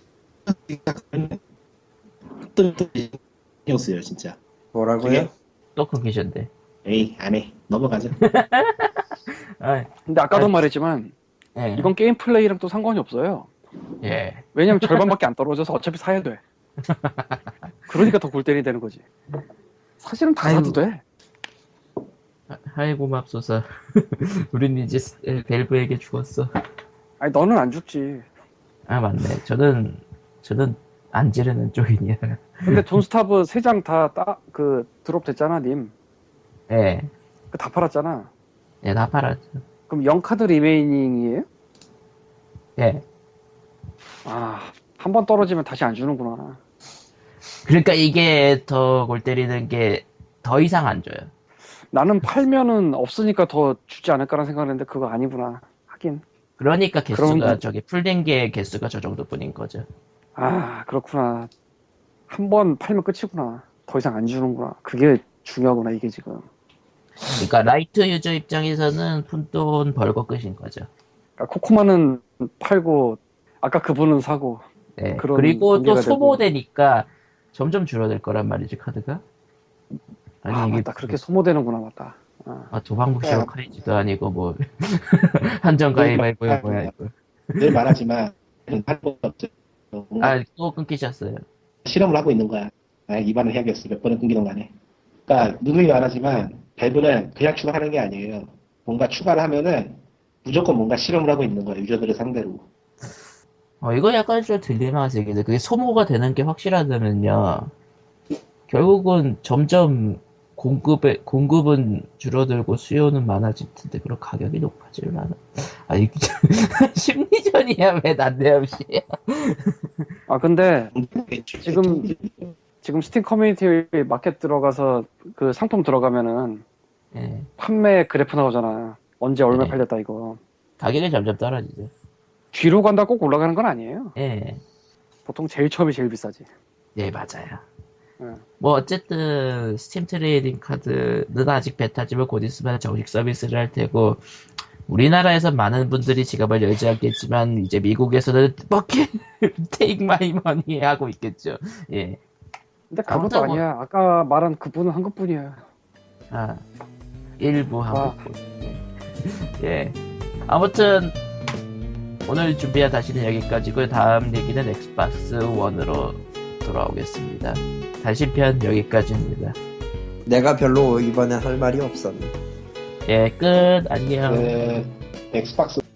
Speaker 3: 또또이었어요 진짜.
Speaker 5: 뭐라고요?
Speaker 1: 또 끊기셨네.
Speaker 3: 에이 안해 넘어가자.
Speaker 1: 아,
Speaker 4: 근데 아까도
Speaker 1: 아니.
Speaker 4: 말했지만
Speaker 1: 예.
Speaker 4: 이건 게임 플레이랑 또 상관이 없어요.
Speaker 1: 예.
Speaker 4: 왜냐면 절반밖에 안 떨어져서 어차피 사야 돼. 그러니까 더 골때리 되는 거지. 사실은 다 사도
Speaker 1: 아이고.
Speaker 4: 돼.
Speaker 1: 하- 하이고 맙소사. 우린 이제 스- 예, 에, 벨브에게 죽었어.
Speaker 4: 아니 너는 안 죽지.
Speaker 1: 아 맞네. 저는 저는 안 지르는 쪽이냐.
Speaker 4: 근데 존스타브 세 장 다 그 드롭 됐잖아, 님.
Speaker 1: 예,
Speaker 4: 그다 팔았잖아.
Speaker 1: 예, 다 팔았죠.
Speaker 4: 그럼 0카드 리메이닝이에요?
Speaker 1: 예.
Speaker 4: 아, 한 번 떨어지면 다시 안 주는구나.
Speaker 1: 그러니까 이게 더 골 때리는 게 더 이상 안 줘요.
Speaker 4: 나는 팔면은 없으니까 더 주지 않을까라는 생각을 했는데 그거 아니구나. 하긴.
Speaker 1: 그러니까 개수가
Speaker 4: 그럼-
Speaker 1: 저기 풀린 게 개수가 저 정도뿐인 거죠.
Speaker 4: 아, 그렇구나. 한 번 팔면 끝이구나. 더 이상 안 주는구나. 그게 중요하구나, 이게 지금.
Speaker 1: 그러니까 라이트 유저 입장에서는 푼돈 벌고 끝인 거죠.
Speaker 4: 그러니까 코코마는 팔고, 아까 그분은 사고.
Speaker 1: 네.
Speaker 4: 그런
Speaker 1: 그리고 또
Speaker 4: 관계가 되고.
Speaker 1: 소모되니까 점점 줄어들 거란 말이지 카드가. 아니
Speaker 4: 아,
Speaker 1: 이게
Speaker 4: 맞다. 그렇게 네. 소모되는구나, 맞다.
Speaker 1: 아, 도방국시로 카이지도 아니고 뭐 한정 가위바위보야 뭐야
Speaker 4: 네.
Speaker 1: 이거.
Speaker 3: 늘 말하지만 할건 없죠. 아,
Speaker 1: 아또 끊기셨어요.
Speaker 3: 실험을 하고 있는 거야. 아, 입안을 해야겠어. 몇 번은 끊기는 거네. 그러니까 누누이 말하지만 밸브는 그냥 추가하는 게 아니에요. 뭔가 추가를 하면은 무조건 뭔가 실험을 하고 있는 거야. 유저들을 상대로.
Speaker 1: 어 이거 약간 좀 딜레마가 생기는데 그게 소모가 되는 게 확실하다면요. 결국은 점점 공급에 공급은 줄어들고 수요는 많아질 텐데 그럼 가격이 높아질 않아. 아니 심리전이야 왜 난데없이.
Speaker 4: 아, 근데 지금 지금 스팀 커뮤니티 마켓 들어가서 그 상품 들어가면은
Speaker 1: 예.
Speaker 4: 판매 그래프 나오잖아. 언제 얼마
Speaker 1: 네.
Speaker 4: 팔렸다 이거.
Speaker 1: 가격이 점점 떨어지죠.
Speaker 4: 뒤로 간다 꼭 올라가는 건 아니에요.
Speaker 1: 예.
Speaker 4: 보통 제일 처음이 제일 비싸지.
Speaker 1: 네, 맞아요.
Speaker 4: 응.
Speaker 1: 뭐, 어쨌든, 스팀 트레이딩 카드는 아직 베타지만 곧 있으면 정식 서비스를 할 테고, 우리나라에선 많은 분들이 지갑을 열지 않겠지만, 이제 미국에서는 버킷, take my money 하고 있겠죠. 예.
Speaker 4: 근데
Speaker 1: 아무도
Speaker 4: 그것도
Speaker 1: 뭐-
Speaker 4: 아니야. 아까 말한 그분은 한국 분이야.
Speaker 1: 아, 일부 한국. 예. 아무튼, 오늘 준비한 다시는 여기까지고, 다음 얘기는 엑스박스 1으로 돌아오겠습니다. 다시 편 여기까지입니다.
Speaker 5: 내가 별로 이번에 할 말이 없었네.
Speaker 1: 예, 끝. 안녕.
Speaker 3: 네. 그 엑스박스